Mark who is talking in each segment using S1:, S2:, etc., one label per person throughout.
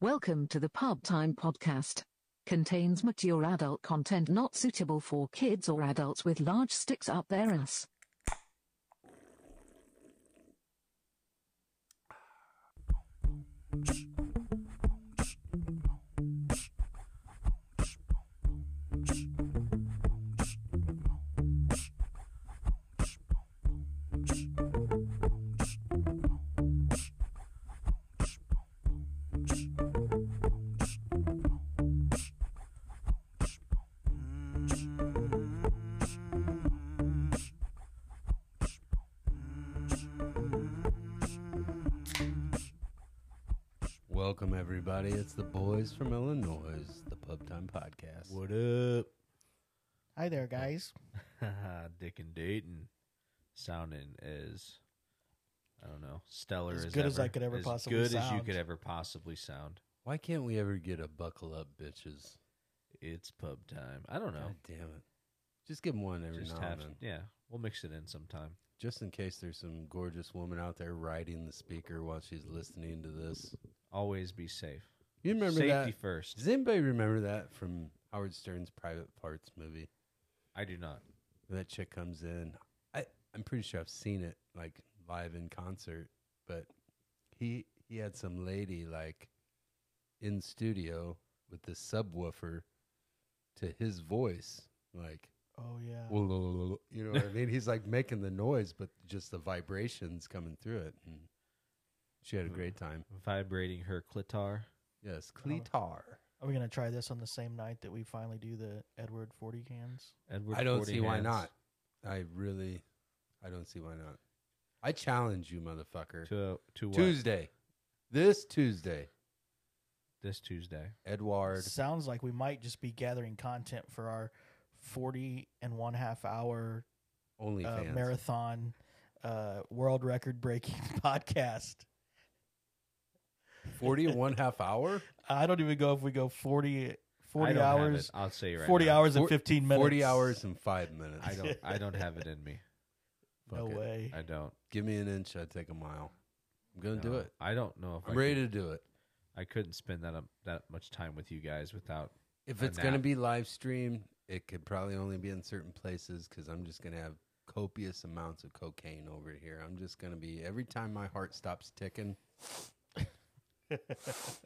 S1: Welcome to the Part-Time Podcast. Contains mature adult content not suitable for kids or adults with large sticks up their ass.
S2: Welcome, everybody. It's the boys from Illinois, the Pub Time Podcast.
S3: What up?
S4: Hi there, guys.
S5: Dick and Dayton sounding as I don't know stellar
S4: As
S5: as,
S4: good as I
S5: ever.
S4: could ever
S5: as
S4: possibly
S5: good as you
S4: sound.
S5: could ever possibly sound.
S2: Why can't we ever get a buckle up, bitches?
S5: It's pub time. I don't know.
S2: God damn it. Just give them one every
S5: Just
S2: now
S5: have
S2: and then.
S5: yeah. We'll mix it in sometime.
S2: Just in case there's some gorgeous woman out there riding the speaker while she's listening to this.
S5: Always be safe.
S2: You remember
S5: Safety
S2: that?
S5: first.
S2: Does anybody remember that from Howard Stern's Private Parts movie?
S5: I do not.
S2: That chick comes in. I, I'm pretty sure I've seen it like live in concert, but he he had some lady like in studio with the subwoofer to his voice, like
S4: Oh yeah.
S2: you know what I mean. He's like making the noise, but just the vibrations coming through it. And she had a great time.
S5: Vibrating her clitar.
S2: Yes, Cletar.
S4: Are we gonna try this on the same night that we finally do the Edward forty cans?
S5: Edward.
S2: I don't
S5: 40
S2: see why
S5: hands
S2: not. I really, I don't see why not. I challenge you, motherfucker.
S5: To uh, to what?
S2: Tuesday. This Tuesday,
S5: This Tuesday.
S2: Edward.
S4: Sounds like we might just be gathering content for our forty and one half hour
S2: Only
S4: uh,
S2: fans.
S4: marathon uh, world record breaking podcast.
S2: 40 and one half hour?
S4: I don't even go if we go 40, 40
S5: I don't have
S4: hours,
S5: it. I'll say it right
S4: forty
S5: now.
S4: hours and
S2: Four-
S4: fifteen minutes.
S2: 40 hours and five minutes.
S5: I don't. I don't have it in me.
S4: No
S2: Fuck it.
S4: way.
S5: I don't.
S2: Give me an inch, I take a mile. I'm going to do
S5: No.
S2: it.
S5: I don't know if I
S2: I'm
S5: could-
S2: ready to do it.
S5: I couldn't spend that um, that much time with you guys without.
S2: If
S5: a
S2: it's going to
S5: nap.
S2: be live streamed, it could probably only be in certain places because I'm just going to have copious amounts of cocaine over here. I'm just going to be, every time my heart stops ticking, that's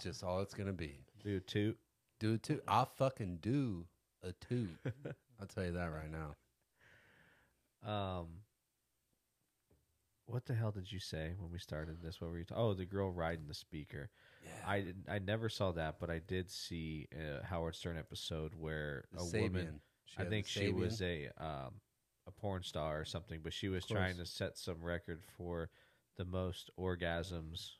S2: just all it's going to be.
S5: do two,
S2: Do a two. I'll fucking do a two. I'll tell you that right now.
S5: Um, what the hell did you say when we started this? What were you? Ta- oh, the girl riding the speaker. I didn't, I never saw that, but I did see a Howard Stern episode where
S2: The
S5: a
S2: Sabian.
S5: woman.
S2: She
S5: I
S2: had the
S5: think she was
S2: Sabian.
S5: a um a porn star or something, but she was trying to set some record for the most orgasms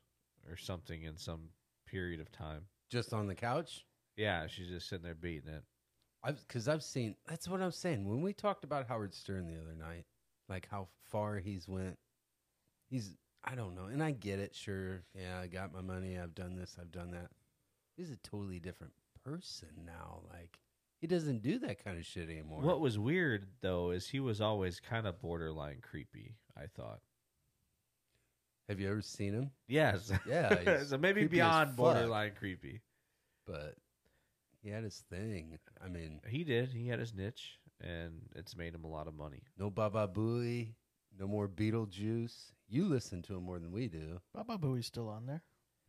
S5: or something in some period of time.
S2: just on the couch.
S5: Yeah, she's just sitting there beating it.
S2: I've because I've seen. That's what I'm saying. When we talked about Howard Stern the other night, like how far he's went, he's I don't know, and I get it. Sure, yeah, I got my money. I've done this. I've done that. He's a totally different person now. Like he doesn't do that kind of shit anymore.
S5: What was weird though is he was always kind of borderline creepy. I thought.
S2: Have you ever seen him?
S5: Yes.
S2: Yeah, he's
S5: so maybe
S2: creepy as
S5: beyond
S2: fuck.
S5: borderline creepy.
S2: But he had his thing. I mean,
S5: He did. He had his niche, and it's made him a lot of money.
S2: no Baba Booey, no more Beetlejuice. You listen to him more than we do.
S4: Baba Booey's still on there.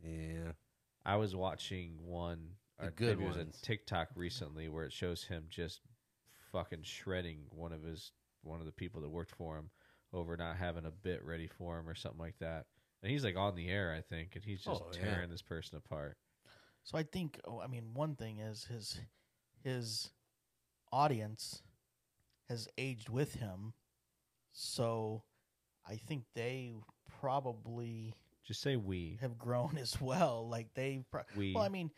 S2: Yeah.
S5: I was watching one.
S2: The
S5: or
S2: good
S5: maybe it was
S2: ones.
S5: a TikTok recently where it shows him just fucking shredding one of his one of the people that worked for him over not having a bit ready for him or something like that. And he's like on the air, I think, and he's just
S2: Oh, yeah.
S5: tearing this person apart.
S4: So I think, oh, I mean, one thing is his his audience has aged with him, so I think they probably
S5: Just say we.
S4: have grown as well. Like they, pro-
S5: We-
S4: well, I mean,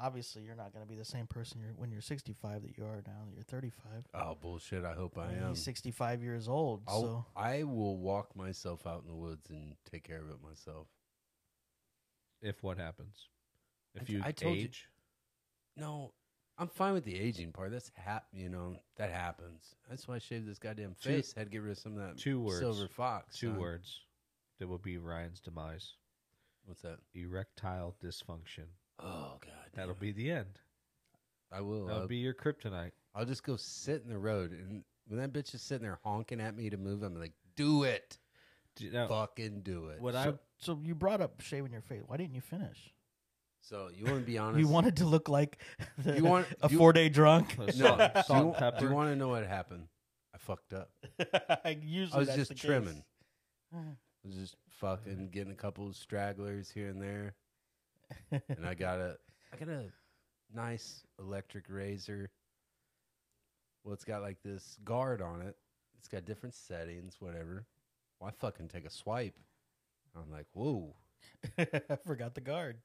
S4: obviously you're not going to be the same person you're, when you're 65 that you are now that you're 35.
S2: Oh bullshit! I hope I
S4: I
S2: am.
S4: He's 65 years old,
S2: I'll-
S4: so
S2: I will walk myself out in the woods and take care of it myself.
S5: If what happens, if
S2: I-
S5: you
S2: I told you-
S5: age,
S2: No, I'm fine with the aging part. That's hap. You know that happens. That's why I shaved this goddamn
S5: Two-
S2: face. Had to get rid of some of that
S5: two words.
S2: silver fox.
S5: two
S2: huh?
S5: words that will be Ryan's demise.
S2: What's that?
S5: Erectile dysfunction.
S2: Oh God,
S5: That'll be the end.
S2: I will.
S5: That'll
S2: I'll,
S5: be your kryptonite.
S2: I'll just go sit in the road, and when that bitch is sitting there honking at me to move, I'm like, "Do it,
S5: Do you know-
S2: fucking do it."
S5: What
S4: So,
S5: I
S4: so you brought up shaving your face. Why didn't you finish?
S2: So you want to be honest?
S4: You wanted to look like the,
S2: You want-
S4: a
S2: you-
S4: four day drunk.
S5: No.
S2: no?
S5: salt-
S2: do,
S5: salt
S2: you,
S5: and pepper.
S2: do you want to know what happened? I fucked up.
S4: Usually
S2: I was
S4: that's
S2: just
S4: the case.
S2: trimming.
S4: Mm.
S2: I was just
S5: Mm-hmm.
S2: fucking getting a couple of stragglers here and there, and I got a, I got a nice electric razor. Well, it's got like this guard on it. It's got different settings, whatever. Well, I fucking take a swipe. I'm like, whoa.
S4: I forgot the guard.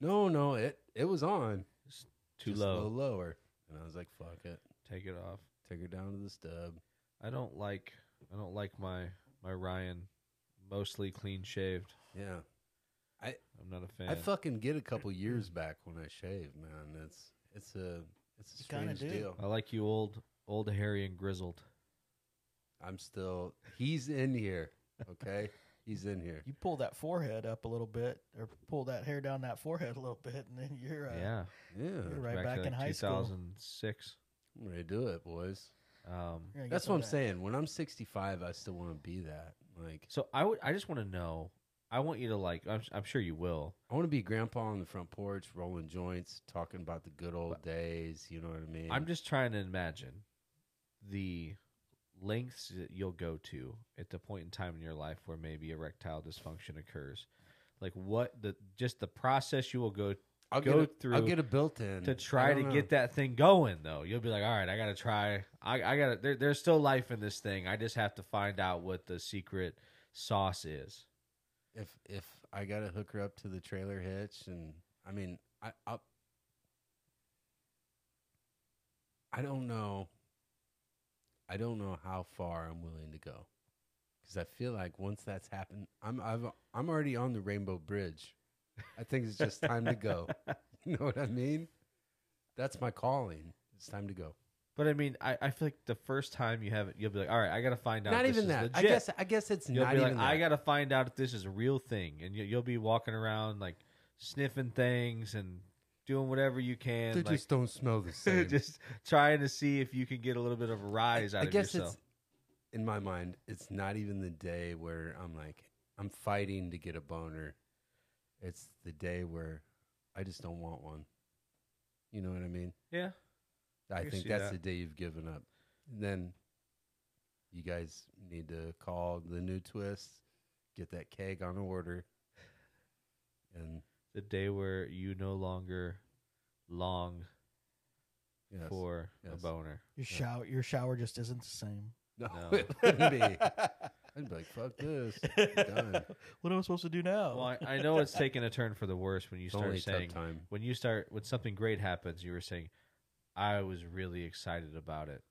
S2: No, no, it it was on.
S5: too
S2: just
S5: low.
S2: A little lower. And I was like, fuck it.
S5: Take it off.
S2: Take her down to the stub.
S5: I don't like I don't like my my Ryan mostly clean shaved.
S2: Yeah.
S5: I'm not a fan.
S2: I fucking get a couple years back when I shave, man. It's it's a it's a
S4: You kinda
S2: strange
S4: do.
S2: deal.
S5: I like you old old hairy and grizzled.
S2: I'm still he's in here. Okay? he's in here.
S4: You pull that forehead up a little bit, or pull that hair down that forehead a little bit, and then you're uh,
S5: yeah.
S2: Yeah.
S4: You're right back
S5: to
S4: in high school.
S5: 2006.
S2: I'm ready to do it, boys.
S5: Um
S4: you're gonna get
S2: That's
S4: some
S2: what I'm
S4: of that.
S2: saying. When I'm sixty five I still wanna be that. Like
S5: so I would I just want to know. I want you to like I'm, I'm sure you will.
S2: I want to be grandpa on the front porch, rolling joints, talking about the good old days. You know what I mean?
S5: I'm just trying to imagine the lengths that you'll go to at the point in time in your life where maybe erectile dysfunction occurs. Like what the just the process you will go
S2: I'll
S5: go
S2: get a,
S5: through
S2: I'll get a built-in
S5: to try to get that thing going though. You'll be like, all right, I gotta try. I, I gotta. There, there's still life in this thing. I just have to find out what the secret sauce is.
S2: if if I gotta hook her up to the trailer hitch, and I mean, I I, I don't know. I don't know how far I'm willing to go, because I feel like once that's happened, I'm I've I'm already on the Rainbow Bridge. I think it's just time to go. You know what I mean? That's my calling. It's time to go.
S5: But I mean, I, I feel like the first time you have it, you'll be like, all right, I gotta find out.
S2: not
S5: if this
S2: even
S5: is
S2: that. I
S5: legit."
S2: guess I guess it's
S5: You'll
S2: not
S5: be like,
S2: even that.
S5: I gotta find out if this is a real thing, and you, you'll be walking around like sniffing things and doing whatever you can,
S2: they
S5: like
S2: just don't smell the same.
S5: just trying to see if you can get a little bit of a rise out
S2: I
S5: of
S2: guess
S5: yourself.
S2: it's in my mind. It's not even the day where I'm like I'm fighting to get a boner. It's the day where I just don't want one. You know what I mean?
S5: yeah,
S2: I,
S5: can
S2: think
S5: see
S2: that's
S5: that.
S2: the day you've given up. And then you guys need to call the new twist, get that keg on order, and
S5: the day where you no longer long
S2: yes.
S5: for a
S2: Yes.
S5: boner.
S4: Your shower, your shower just isn't the same.
S2: no,
S5: No.
S2: it wouldn't be. I'd be like, fuck this. done.
S4: What am I supposed to do now?
S5: Well, I, I know it's taking a turn for the worse when you
S2: It's
S5: start
S2: only tough
S5: saying
S2: time.
S5: when you start when something great happens. You were saying, "I was really excited about it,"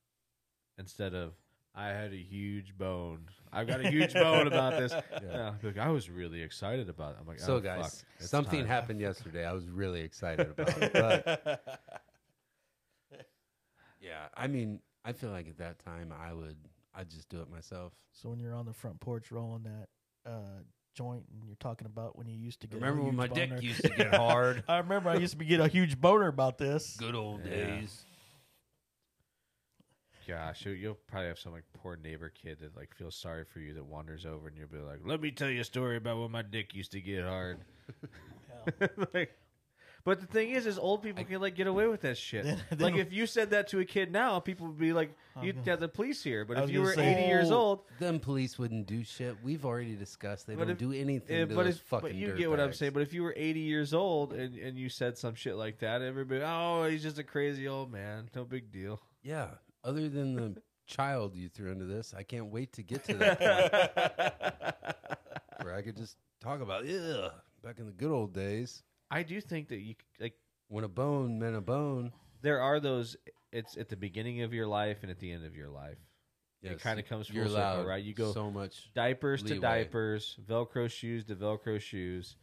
S5: instead of "I had a huge bone. I've got a huge bone about this."
S2: Yeah.
S5: No, like, I was really excited about it. I'm like,
S2: So,
S5: "Oh,
S2: guys,
S5: fuck, it's
S2: something
S5: time."
S2: happened yesterday. I was really excited about it. But yeah, I mean, I feel like at that time I would, I'd just do it myself.
S4: so when you're on the front porch rolling that uh, joint, and you're talking about when you used to get a
S2: Remember when
S4: huge
S2: my dick
S4: boner.
S2: used to get hard?
S4: I remember I used to get a huge boner about this.
S2: Good old
S5: Yeah.
S2: days.
S5: Gosh, you- you'll probably have some like poor neighbor kid that like feels sorry for you that wanders over and you'll be like, "Let me tell you a story about when my dick used to get hard." like, but the thing is, is old people can like get away with that shit.
S4: Then- then-
S5: like if you said that to a kid now, people would be like,
S4: Oh,
S5: "You'd
S4: God.
S5: have the police here." But
S4: I
S5: if
S4: was
S5: you
S4: gonna
S5: were
S4: say-
S5: eighty years old,
S2: Them police wouldn't do shit. We've already discussed they
S5: But
S2: don't
S5: if-
S2: do anything
S5: eh,
S2: to
S5: but
S2: those
S5: if
S2: fucking
S5: but you get what I'm
S2: dirtbags.
S5: saying. But if you were eighty years old and and you said some shit like that, everybody, oh, he's just a crazy old man. No big deal.
S2: yeah, other than the child you threw into this, I can't wait to get to that point where I could just talk about, yeah, back in the good old days
S5: I do think that you c- like
S2: when a bone meant a bone.
S5: there are those. It's at the beginning of your life and at the end of your life. It kinda comes full
S2: you're
S5: circle,
S2: allowed
S5: right? You go-
S2: so much.
S5: diapers to
S2: leeway.
S5: diapers, Velcro shoes to Velcro shoes,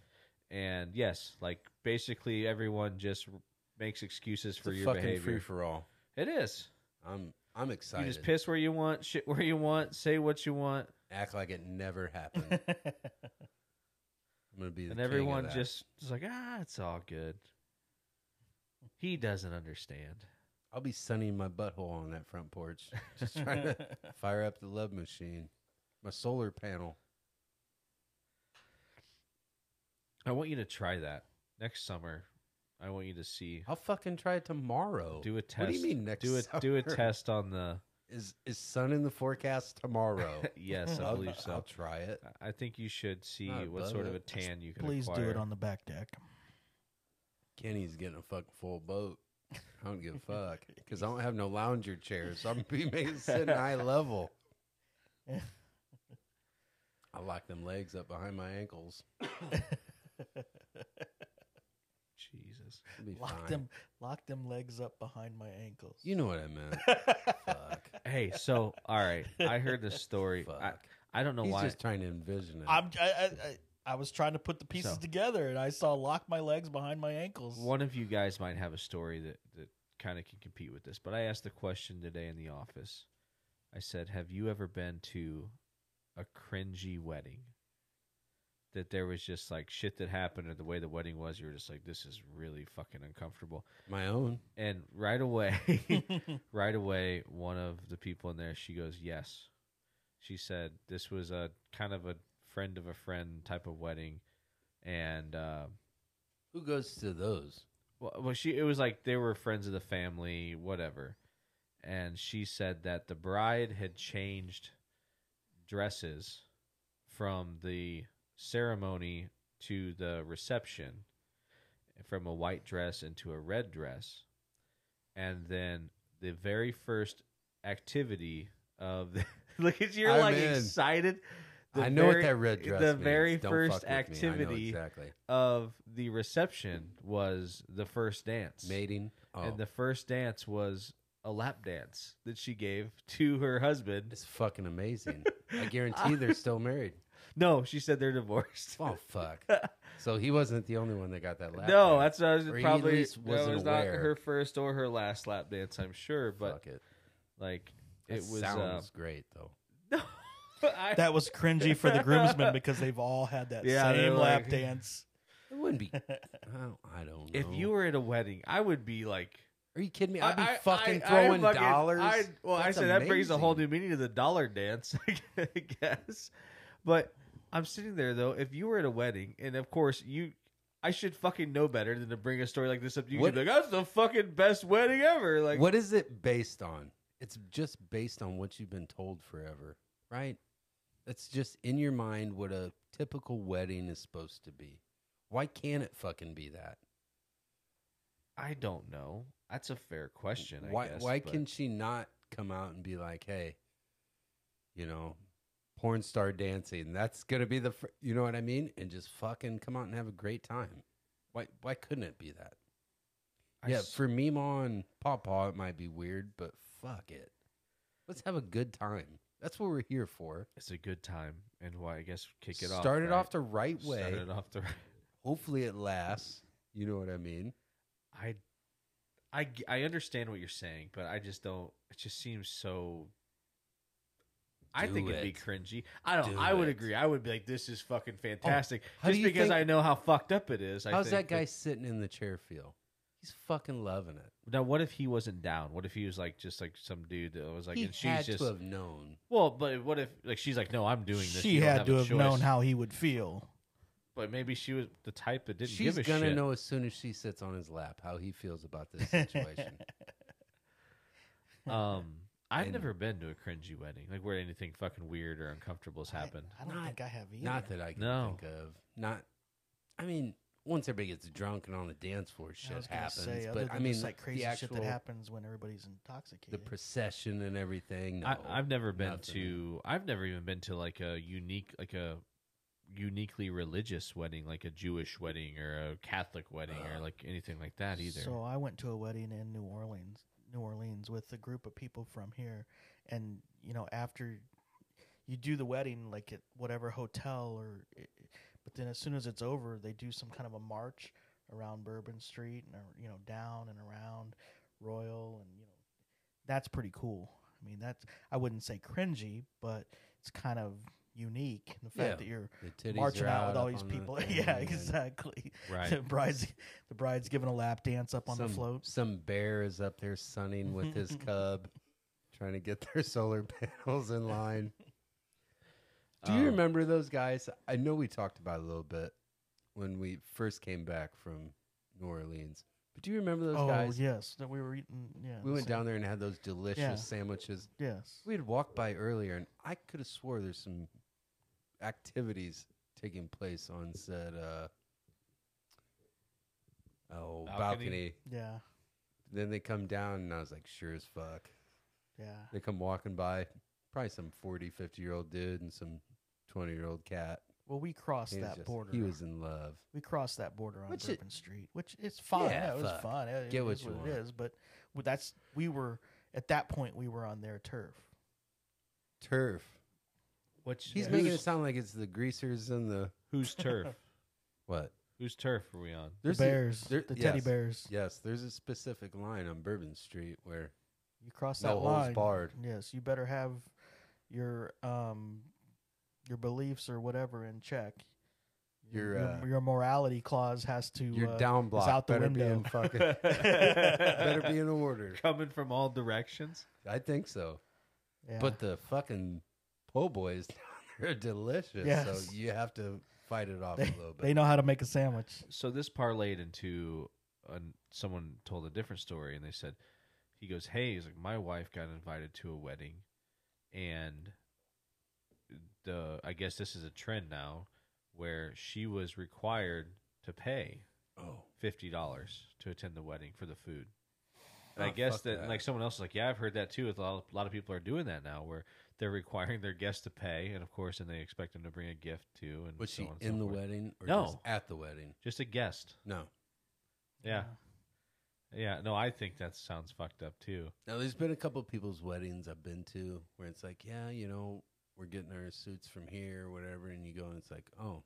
S5: and yes, like basically everyone just r- makes excuses for
S2: it's a
S5: your
S2: fucking
S5: behavior.
S2: free for all.
S5: it is.
S2: I'm I'm excited.
S5: You just piss where you want, shit where you want, say what you want.
S2: Act like it never happened. I'm gonna be. The
S5: and
S2: king of
S5: everyone
S2: that.
S5: just is like, ah, it's all good. He doesn't understand.
S2: I'll be sunning my butthole on that front porch, just trying to fire up the love machine, my solar panel.
S5: I want you to try that next summer. I want you to see.
S2: I'll fucking try it tomorrow.
S5: Do a test.
S2: What do you mean next?
S5: Do a do a
S2: summer?
S5: test on the.
S2: Is is sun in the forecast tomorrow?
S5: yes, I
S2: I'll-
S5: believe so.
S2: I'll try it.
S5: I- I think you should see
S2: I'd
S5: what
S2: love
S5: sort of
S2: it.
S5: a tan you can
S4: Please do
S5: acquire.
S4: it on the back deck.
S2: Kenny's getting a fucking full boat. I don't give a fuck because I don't have no lounger chairs. I'm gonna be making sitting high level. I lock them legs up behind my ankles.
S5: Jesus.
S2: It'll be
S4: lock
S2: fine.
S4: them, lock them legs up behind my ankles.
S2: You know what I meant. fuck.
S5: Hey, so all right, I heard this story.
S2: Fuck.
S5: I, I don't know
S2: He's
S5: why.
S2: just trying to envision it.
S4: I'm, I, I, I, I was trying to put the pieces
S5: So-
S4: together, and I saw lock my legs behind my ankles.
S5: One of you guys might have a story that, that kind of can compete with this, but I asked the question today in the office. I said, Have you ever been to a cringy wedding? That there was just like shit that happened or the way the wedding was, you were just like, This is really fucking uncomfortable.
S2: my own.
S5: And right away, right away, one of the people in there, she goes, Yes. She said, This was a kind of a friend of a friend type of wedding. And, uh,
S2: Who goes to those?
S5: well, well, she it was like they were friends of the family, whatever. And she said that the bride had changed dresses from the ceremony to the reception from a white dress into a red dress. And then the very first activity of the look at you're
S2: I'm
S5: like
S2: in.
S5: excited. The
S2: I know what
S5: very-
S2: that red dress
S5: The
S2: means.
S5: very
S2: Don't fuck
S5: first
S2: with me. I know
S5: activity
S2: exactly.
S5: of the reception was the first dance.
S2: Mating. Oh.
S5: And the first dance was a lap dance that she gave to her husband.
S2: it's fucking amazing. I guarantee they're still married.
S5: No, she said they're divorced.
S2: Oh fuck. So he wasn't the only one that got that laugh.
S5: no, that's what I was
S2: Or he at
S5: probably
S2: least
S5: that
S2: wasn't
S5: was not
S2: aware.
S5: her first or her last lap dance, I'm sure, but
S2: fuck it.
S5: like
S2: That
S5: it was uh,
S2: sounds great though.
S5: no. I,
S4: that was cringy for the groomsmen because they've all had that
S5: Yeah, they're
S4: same lap
S5: like-
S4: dance.
S2: It wouldn't be. Oh, I don't know.
S5: if you were at a wedding, I would be like
S2: are you kidding me? I'd be
S5: I- I-
S2: fucking
S5: I- I
S2: throwing
S5: fucking-
S2: dollars.
S5: I, well,
S2: That's
S5: I said that brings a whole new
S2: amazing.
S5: meaning to the dollar dance, I guess. But I'm sitting there though. If you were at a wedding, and of course you, I should fucking know better than to bring a story like this up to you.
S2: What-
S5: You'd be Like that's the fucking best wedding ever. Like
S2: what is it based on? It's just based on what you've been told forever, right? That's just in your mind what a typical wedding is supposed to be. Why can't it fucking be that?
S5: I don't know. That's a fair question. I
S2: why
S5: guess,
S2: why
S5: but-
S2: can she not come out and be like, hey, you know, porn star dancing? That's gonna be the fir- you know what I mean? And just fucking come out and have a great time. Why why couldn't it be that?
S5: I
S2: yeah,
S5: s-
S2: for Mima and Pawpaw, it might be weird, but fuck it. Let's have a good time. That's what we're here for.
S5: it's a good time, and why I guess kick it off.
S2: Start it
S5: right?
S2: off the right way.
S5: Start it off the. right-
S2: Hopefully it lasts. You know what I mean?
S5: I, I, g- I understand what you're saying, but I just don't. It just seems so. I
S2: Do
S5: think it'd be
S2: it.
S5: cringy. I don't.
S2: Do
S5: I would
S2: it. Oh,
S5: agree. I would be like, "This is fucking fantastic,"
S2: how do
S5: just
S2: you
S5: because
S2: think-
S5: I know how fucked up it is. I
S2: How's
S5: think,
S2: that guy
S5: but-
S2: sitting in the chair feel? He's fucking loving it.
S5: now, what if he wasn't down? What if he was like just like some dude that was like,
S2: he
S5: and she's
S2: had
S5: just
S2: to have known.
S5: well, but what if like she's like, "No, I'm doing this."
S4: She
S5: you don't
S4: had
S5: have
S4: to
S5: a
S4: have
S5: choice."
S4: known how he would feel.
S5: But maybe she was the type that didn't
S2: She's
S5: give a
S2: gonna
S5: shit.
S2: know as soon as she sits on his lap how he feels about this situation.
S5: Um, I've
S2: And-
S5: never been to a cringy wedding, like where anything fucking weird or uncomfortable has happened.
S4: I, I don't
S2: Not-
S4: think I have either.
S2: Not that I can
S5: No.
S2: think of. Not. I mean, once everybody gets drunk and on the dance floor,
S4: I
S2: shit
S4: was gonna
S2: happens.
S4: say, other
S2: but
S4: than
S2: I mean,
S4: just, like crazy
S2: the actual,
S4: shit that happens when everybody's intoxicated.
S2: the procession and everything. No,
S5: I, I've never been
S2: nothing.
S5: to. I've never even been to like a unique, like a uniquely religious wedding, like a Jewish wedding or a Catholic wedding or
S2: Ugh.
S5: like anything like that either.
S4: So I went to a wedding in New Orleans, New Orleans, with a group of people from here, and you know after you do the wedding, like at whatever hotel or, eh, but then as soon as it's over, they do some kind of a march around Bourbon Street and uh, you know down and around Royal, and you know that's pretty cool. I mean that's I wouldn't say cringy, but it's kind of unique. The fact
S2: Yeah.
S4: that you're
S2: The titties
S4: marching
S2: are
S4: out with all
S2: up
S4: these
S2: on the
S4: people.
S2: thing,
S4: yeah,
S2: and
S4: exactly. The
S5: Right.
S4: bride's the bride's giving a lap dance up on
S2: some,
S4: the float.
S2: Some bear is up there sunning with his cub, trying to get their solar panels in line. Do you
S4: Oh.
S5: Um,
S2: remember those guys? I know we talked about it a little bit when we first came back from New Orleans. But do you remember those
S4: oh
S2: guys?
S4: yes, that we were eating. Yeah,
S2: We
S4: the
S2: went
S4: same-
S2: down there and had those delicious
S4: Yeah.
S2: sandwiches.
S4: Yes,
S2: We had walked by earlier, and I could have swore there's some activities taking place on said uh, oh
S5: Balcony?
S2: balcony.
S4: yeah,
S2: Then they come down, and I was like, sure as fuck.
S4: yeah.
S2: They come walking by, probably some 40, 50 year old dude and some 20 year old cat.
S4: Well, we crossed
S2: He was
S4: that
S2: just-
S4: border.
S2: He was in love.
S4: we crossed that border on
S2: Which it-
S4: Bourbon Street, which it's fun.
S2: Yeah,
S4: Yeah, it was
S2: fuck.
S4: fun. It,
S2: Get
S4: it
S2: what
S4: is
S2: you
S4: what
S2: want.
S4: it is, but w- that's we were at that point we were on their turf.
S2: Turf.
S5: Which
S2: He's
S4: Yeah.
S2: making it
S5: whose-
S2: sound like it's the greasers and the
S5: whose turf?
S2: what?
S5: whose turf are we on?
S4: The
S2: There's a-
S4: bears,
S2: there-
S4: the teddy
S2: yes.
S4: bears.
S2: yes, there's a specific line on Bourbon Street where
S4: You cross
S2: No
S4: that
S2: holds
S4: line,
S2: barred.
S4: yes, you better have your um your beliefs or whatever in check.
S2: Your, uh,
S4: your, morality clause has to
S2: your
S4: uh,
S2: down block
S4: out the
S2: better be
S4: window.
S2: in fucking better
S5: Better
S2: be in order.
S5: coming from all directions.
S2: I think so.
S4: yeah.
S2: But the fucking po' boys down there are delicious.
S4: Yes.
S2: So you have to fight it off
S4: they,
S2: a little bit.
S4: they know how to make a sandwich.
S5: So this parlayed into an someone told a different story, and they said, "He goes, hey, he's like, my wife got invited to a wedding, and the I guess this is a trend now where she was required to pay
S2: Oh.
S5: fifty dollars to attend the wedding for the food." And I
S2: Oh,
S5: guess
S2: fuck
S5: that,
S2: that.
S5: like someone else is like, yeah, I've heard that too. A lot, of, a lot of people are doing that now, where they're requiring their guests to pay, and of course, and they expect them to bring a gift too. And
S2: Was
S5: so
S2: she
S5: on and so
S2: in the
S5: forth.
S2: wedding or
S5: No.
S2: just at the wedding?
S5: Just a guest.
S2: No.
S5: Yeah. Yeah, no, I think that sounds fucked up too.
S2: Now there's been a couple of people's weddings I've been to where it's like, yeah, you know, we're getting our suits from here or whatever, and you go and it's like, oh,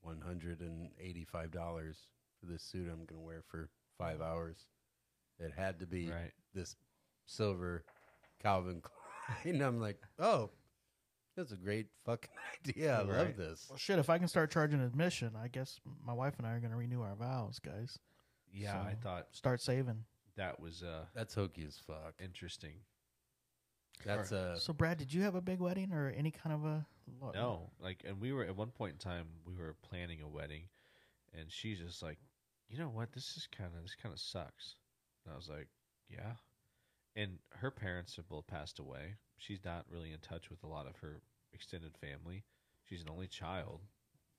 S2: one hundred and eighty-five dollars for this suit I'm gonna wear for five hours. It had to be
S5: Right.
S2: this silver Calvin Klein. I'm like, oh, that's a great fucking idea. I love
S5: Right.
S2: this.
S4: Well, shit, if I can start charging admission, I guess my wife and I are going to renew our vows, guys.
S5: Yeah, I
S4: So-
S5: thought
S4: Start saving.
S5: that was uh
S2: That's hokey as fuck.
S5: interesting.
S2: That's uh, a
S4: so, Brad, did you have a big wedding or any kind of a. lo-
S5: No, like and we were at one point in time we were planning a wedding and she's just like, "You know what? This is kind of this kind of sucks." And I was like, "Yeah." And her parents have both passed away. She's not really in touch with a lot of her extended family. She's an only child.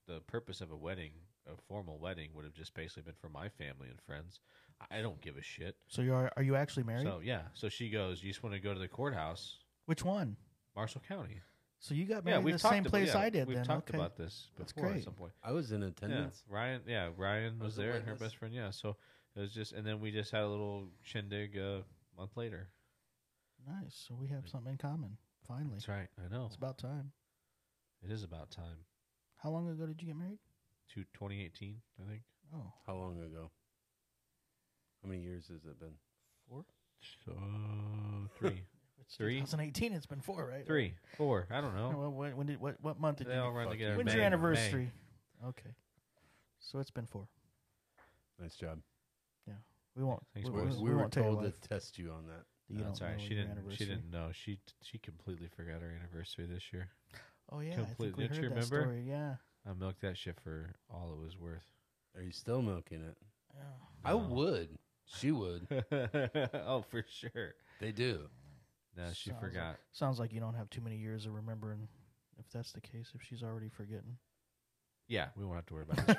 S5: The purpose of a wedding, a formal wedding would have just basically been for my family and friends. I I don't give a shit.
S4: So, you are, are you actually married?
S5: So yeah, so she goes. You just want to go to the courthouse,
S4: Which one?
S5: Marshall County.
S4: So, you got
S5: yeah,
S4: married in
S5: we've
S4: the
S5: talked
S4: same
S5: about,
S4: place
S5: yeah,
S4: I did
S5: We've
S4: then.
S5: talked
S4: okay.
S5: about this
S4: That's
S5: before at
S4: great.
S5: some point.
S2: I was in
S5: Yeah,
S2: attendance.
S5: Ryan. Yeah, Ryan
S2: I was
S5: was
S2: a
S5: there and her
S2: witness.
S5: best friend. Yeah, so it was just, and then we just had a little shindig uh, a month later.
S4: Nice. So, we have something in common, finally.
S5: That's right. I know.
S4: It's about time.
S5: It is about time.
S4: How long ago did you get married?
S5: To 2018, I think.
S4: Oh,
S2: How long ago? How many years has it been?
S4: four?
S5: So three,
S4: It's
S5: Three?
S4: 2018. It's been four, right?
S5: three, four. I don't
S4: No,
S5: know.
S4: well, when, when did, what, what month did
S5: They
S4: you.
S5: all run
S2: fuck
S5: together.
S2: you.
S4: When's
S5: May,
S4: your
S5: May.
S4: anniversary? Okay. So, it's been four.
S2: Nice job.
S4: We won't.
S5: Thanks,
S4: we,
S5: boys.
S2: we,
S4: we- we
S2: were
S4: won't tell your
S2: told to
S4: wife
S2: test you on that.
S4: that you
S5: That's
S4: don't
S5: all right.
S4: know
S5: Oh, She
S4: your
S5: didn't. She
S4: anniversary.
S5: didn't know. She she completely forgot her anniversary this year.
S4: Oh yeah, I think
S5: Completely.
S4: we
S5: Don't
S4: heard
S5: you
S4: that
S5: remember?
S4: story. Yeah.
S5: I milked that shit for all it was worth.
S2: Are you still milking it?
S5: No.
S2: I would. She would.
S5: oh, for sure.
S2: they do.
S5: No, she
S4: Sounds like-
S5: forgot.
S4: Sounds like you don't have too many years of remembering. If that's the case, if she's already forgetting.
S5: Yeah, we won't have to worry about this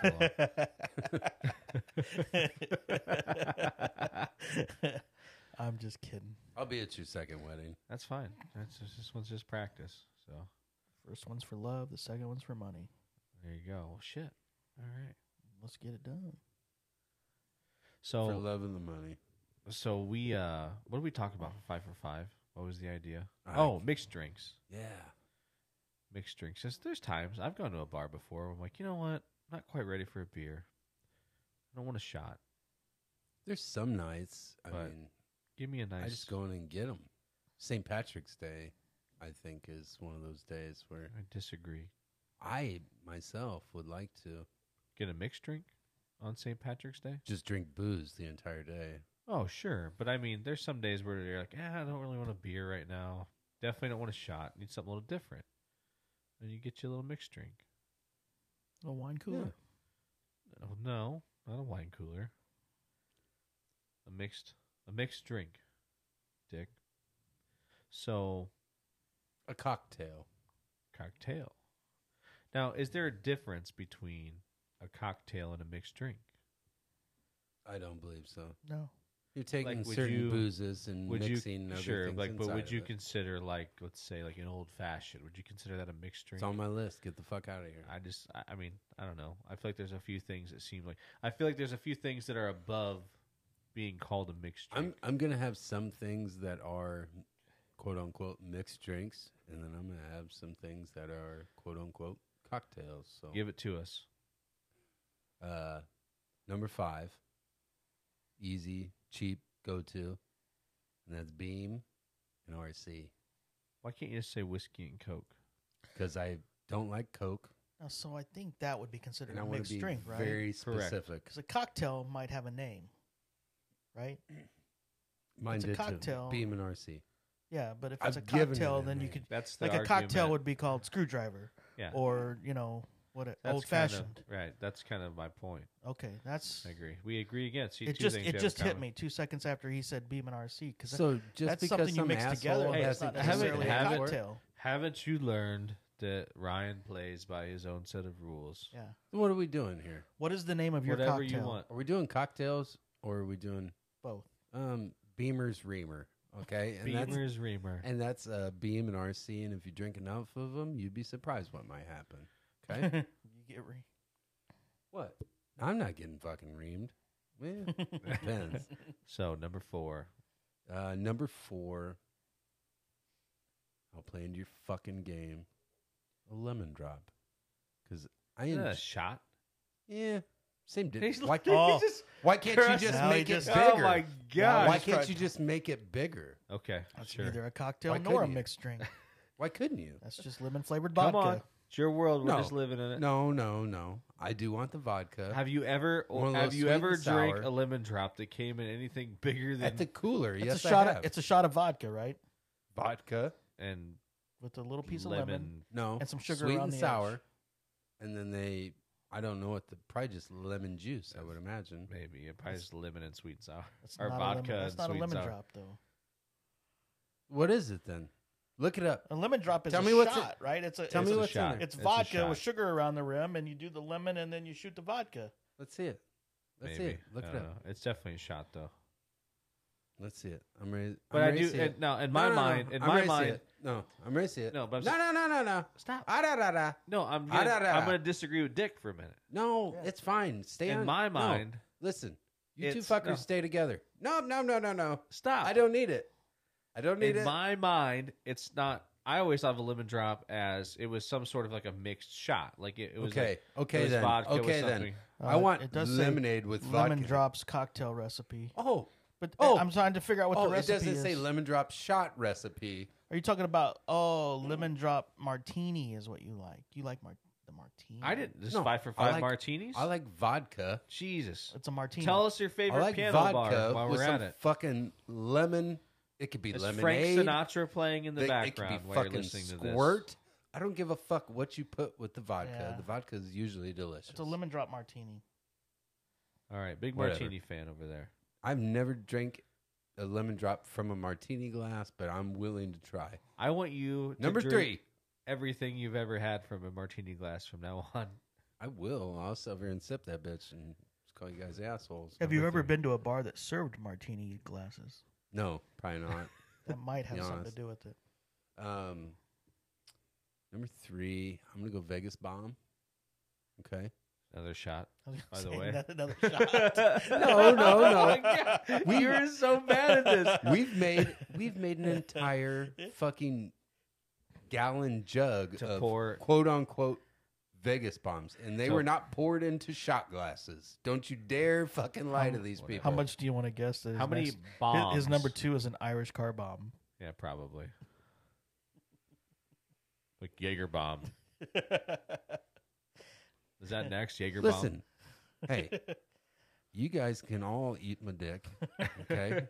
S5: for long.
S4: I'm just kidding.
S2: I'll be at your second wedding.
S5: That's fine. That's just, this one's just practice. So
S4: First one's for love. The second one's for money.
S5: there you go. Well, shit. All right.
S4: Let's get it done.
S5: So
S2: For love and the money.
S5: so we uh, what did we talk about for five for five? What was the idea?
S2: I-
S5: oh, mixed drinks.
S2: Yeah.
S5: Mixed drinks. There's, there's times I've gone to a bar before. I'm like, you know what? I'm not quite ready for a beer. I don't want a shot.
S2: There's some nights. I
S5: But
S2: mean,
S5: Give me a nice.
S2: I just go in and get them. St. Patrick's Day. I think is one of those days where
S5: I disagree.
S2: I myself would like to
S5: Get a mixed drink on St. Patrick's Day?
S2: just drink booze the entire day.
S5: Oh, sure. But I mean, there's some days where you're like, eh, I don't really want a beer right now. Definitely don't want a shot. Need something a little different. And you get you a little mixed drink.
S4: A wine cooler.
S5: Oh, no, not a wine cooler. A mixed a mixed drink, Dick. So
S2: A cocktail.
S5: cocktail. Now, is there a difference between a cocktail and a mixed drink?
S2: I don't believe so.
S4: No.
S2: You're taking
S5: would
S2: certain
S5: you-
S2: boozes and
S5: Would
S2: mixing
S5: you
S2: other
S5: sure
S2: things
S5: like but
S2: inside
S5: would
S2: of
S5: you
S2: it.
S5: consider like let's say like an old fashioned? Would you consider that a mixed drink?
S2: It's on my list. Get the fuck out of here.
S5: I just, I, I mean, I don't know. I feel like there's a few things that seem like I feel like there's a few things that are above being called a mixed drink.
S2: I'm I'm gonna have some things that are quote unquote mixed drinks, and then I'm gonna have some things that are quote unquote cocktails. So
S5: Give it to us.
S2: uh, number five, easy, cheap, go to, and that's Beam and RC
S5: Why can't you just say whiskey and coke?
S2: because I don't like Coke,
S4: Now, so I think that would be considered
S2: and I
S4: a
S2: want to
S4: mixed
S2: be
S4: drink, right?
S2: very
S5: Correct.
S2: specific.
S4: Because a cocktail might have a name, right?
S2: Mine
S4: it's a
S2: did
S4: cocktail.
S2: too. Beam and RC.
S4: Yeah, but if it's
S2: I've
S4: a
S2: given it
S4: cocktail,
S2: a
S4: then you
S2: name.
S4: could
S5: That's the
S4: like a
S5: argument.
S4: cocktail would be called screwdriver
S5: yeah.
S4: or you know what
S5: That's
S4: old fashioned.
S5: Kind of, right. That's kind of my point.
S4: Okay, that's
S5: I agree. We agree again. See,
S4: it.
S5: two
S4: Just
S5: things we
S4: it
S5: have
S4: just
S5: in
S4: hit
S5: common.
S4: me two seconds after he said Beam and RC because
S2: So just
S4: that's
S2: because
S4: something you
S2: some
S4: mix
S2: asshole
S4: together.
S5: Hey,
S4: it's
S2: hasn't
S4: not
S5: have it-
S4: necessarily
S5: have
S4: a
S5: it-
S4: cocktail.
S5: Haven't you learned that Ryan plays by his own set of rules?
S4: Yeah.
S2: What are we doing here?
S4: What is the name of your
S5: Whatever
S4: cocktail?
S5: you want.
S2: Are we doing cocktails or are we doing
S4: Both.
S2: Um, Beamer's Reamer. Okay, and that's
S5: Beamer's Reamer.
S2: and that's uh, Beam and RC. And if you drink enough of them, you'd be surprised what might happen. Okay,
S4: you get re-
S2: what? I'm not getting fucking reamed. Yeah, depends.
S5: so number four.
S2: Uh, number four. I'll play into your fucking game. A lemon drop, because I
S5: Is
S2: am.
S5: that a shot?
S2: yeah, same
S5: He's
S2: difference. Why,
S5: literally
S4: Oh.
S5: just-
S2: why can't you
S5: Chris,
S2: just
S4: now he
S2: make it
S4: just-
S2: bigger?
S5: Oh my
S4: I
S5: god!
S2: Why
S4: just
S2: can't
S4: tried-
S2: you just make it bigger?
S5: Okay,
S4: That's
S5: sure.
S4: neither a cocktail
S2: Why
S4: nor a
S2: couldn't you?
S4: mixed drink.
S2: Why couldn't you?
S4: That's just lemon flavored
S5: Come
S4: vodka.
S5: on, it's your world. We're
S2: No.
S5: just living in it.
S2: No, no, no. I do want the vodka.
S5: Uh, Have you ever
S2: One of
S5: have
S2: those
S5: you
S2: sweet
S5: ever
S2: and sour.
S5: drank a lemon drop that came in anything bigger than
S2: at the cooler.
S4: It's
S2: yes,
S4: a shot.
S2: I
S4: Of,
S2: have.
S4: it's a shot of vodka, right?
S2: vodka.
S5: and
S4: With a little piece
S5: lemon,
S4: of lemon.
S2: No,
S4: And some sugar
S2: sweet
S4: around
S2: and
S4: the edge.
S2: sour, and then they. I don't know what the probably just lemon juice. I would imagine.
S5: maybe it probably is lemon and sweet and sour
S4: That's
S5: or
S4: not
S5: vodka
S4: A lemon, that's
S5: and
S4: not a
S5: sweet
S4: lemon
S5: sour.
S4: drop, though.
S2: What is it then? Look it up.
S4: A lemon drop is
S2: Tell
S4: a
S2: me what's in-
S4: shot, right? It's a.
S2: Tell
S4: it's
S2: me
S4: a-
S2: what's
S5: shot.
S2: in there.
S4: It's
S5: It's a
S4: vodka with
S5: shot.
S4: sugar around the rim, and you do the lemon, and then you shoot the vodka.
S2: Let's see it. Let's
S5: Maybe.
S2: see it. Look
S5: I
S2: it up.
S5: don't know. It's definitely a shot though.
S2: Let's see it. I'm ready. I'm
S5: But i
S2: ready
S5: do
S2: to see it.
S5: and now in
S2: No,
S5: my
S2: no, no,
S5: mind. In
S2: I'm
S5: my
S2: ready to see
S5: mind,
S2: it. no, I'm ready to see it.
S5: No, but I'm
S2: no, no,
S5: saying-
S2: no, no, no.
S5: stop.
S2: Ah, da, da, da.
S5: No, I'm
S2: Ah,
S5: gonna,
S2: da, da.
S5: I'm going to disagree with Dick for a minute.
S2: No,
S4: Yeah.
S2: it's fine. Stay
S5: in
S2: on
S5: my
S2: no.
S5: mind,
S2: Listen, you two
S5: It's-
S2: fuckers
S5: no.
S2: stay together. No, no, no, no, no.
S5: stop.
S2: I don't need it. I don't need
S5: in
S2: it.
S5: my mind, it's not. I always thought of a lemon drop as it was some sort of like a mixed shot. Like it, it was
S2: okay,
S5: like,
S2: okay
S5: it was
S2: then.
S5: vodka with
S2: okay then.
S5: something.
S2: I
S4: Uh,
S2: want
S4: it does say
S2: lemonade with
S4: lemon
S2: vodka.
S4: drops cocktail recipe.
S2: Oh,
S4: But uh,
S2: Oh.
S4: I'm trying to figure out what
S2: oh,
S4: the
S2: it
S4: recipe
S2: doesn't
S4: is.
S2: say lemon drop shot recipe.
S4: Are you talking about oh lemon drop martini is what you like? You like mar- the martini?
S5: I didn't. This
S2: No,
S5: five for
S2: I
S5: five
S2: like-
S5: martinis.
S2: I like vodka.
S5: Jesus.
S4: It's a martini.
S5: Tell us your
S2: I
S5: favorite
S2: like
S5: piano
S2: vodka
S5: bar while
S2: with
S5: we're
S2: some
S5: at it.
S2: fucking lemon. It could be
S5: Is
S2: lemonade.
S5: Frank Sinatra playing in the
S2: They-
S5: background
S2: it could be
S5: while you're
S2: fucking
S5: listening to this?
S2: squirt. I don't give a fuck what you put with the vodka.
S4: Yeah.
S2: The vodka is usually delicious.
S4: It's a lemon drop martini.
S5: All right, big
S2: Whatever.
S5: martini fan over there.
S2: I've never drank a lemon drop from a martini glass, but I'm willing to try.
S5: I want you to
S2: Number
S5: drink
S2: three.
S5: everything you've ever had from a martini glass from now on.
S2: I will. I'll sit over here and sip that bitch and just call you guys assholes.
S4: Have you
S2: Number
S4: ever
S2: three.
S4: been to a bar that served martini glasses?
S2: No, probably not.
S4: That might have
S2: Be
S4: something
S2: honest.
S4: to do with it.
S2: Um, number three, I'm gonna go Vegas bomb. Okay.
S5: Another shot.
S4: I was gonna
S5: By the
S4: say
S5: way.
S4: another- another shot.
S2: No, no, no.
S5: Oh my God.
S2: We-
S5: You're so bad at this.
S2: We've made we've made an entire fucking gallon jug
S5: To
S2: of
S5: pour-
S2: quote unquote Vegas bombs, and they
S5: To-
S2: were not poured into shot glasses. Don't you dare fucking lie to these
S5: Whatever.
S2: people.
S4: How much do you want to guess? That his
S5: How many
S4: next- his-
S5: bombs?
S4: His number two is an Irish car bomb.
S5: Yeah, probably. Like Jaeger bomb. Is that next? Jaeger bomb.
S2: Listen, hey, you guys can all eat my dick. Okay,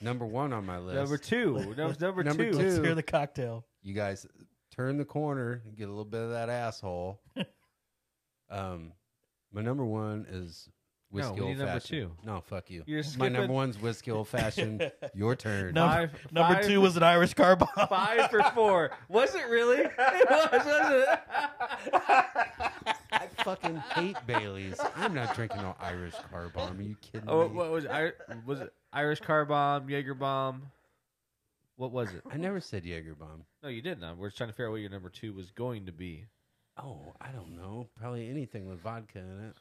S2: number one on my list.
S5: Number two. No, it's number,
S2: Number
S5: two.
S2: two.
S4: Let's hear the cocktail.
S2: you guys turn the corner and get a little bit of that asshole. um, my number one is
S5: No,
S2: whiskey
S5: we need
S2: old
S5: number
S2: fashioned.
S5: two.
S2: No, fuck you.
S5: You're
S2: My
S5: skipping-
S2: number one's whiskey old fashioned. Your turn.
S4: No.
S5: Five,
S4: Number
S5: five-
S4: two was an Irish car bomb.
S5: five for four. Was it really? It was, wasn't it?
S2: I fucking hate Bailey's. I'm not drinking no Irish car bomb. Are you kidding
S5: Oh,
S2: me?
S5: what was it? Ir- was it Irish car bomb, Jaeger bomb? What was it?
S2: I never said Jaeger bomb.
S5: No, you didn't. Uh, We're just trying to figure out what your number two was going to be.
S2: Oh, I don't know. Probably anything with vodka in it.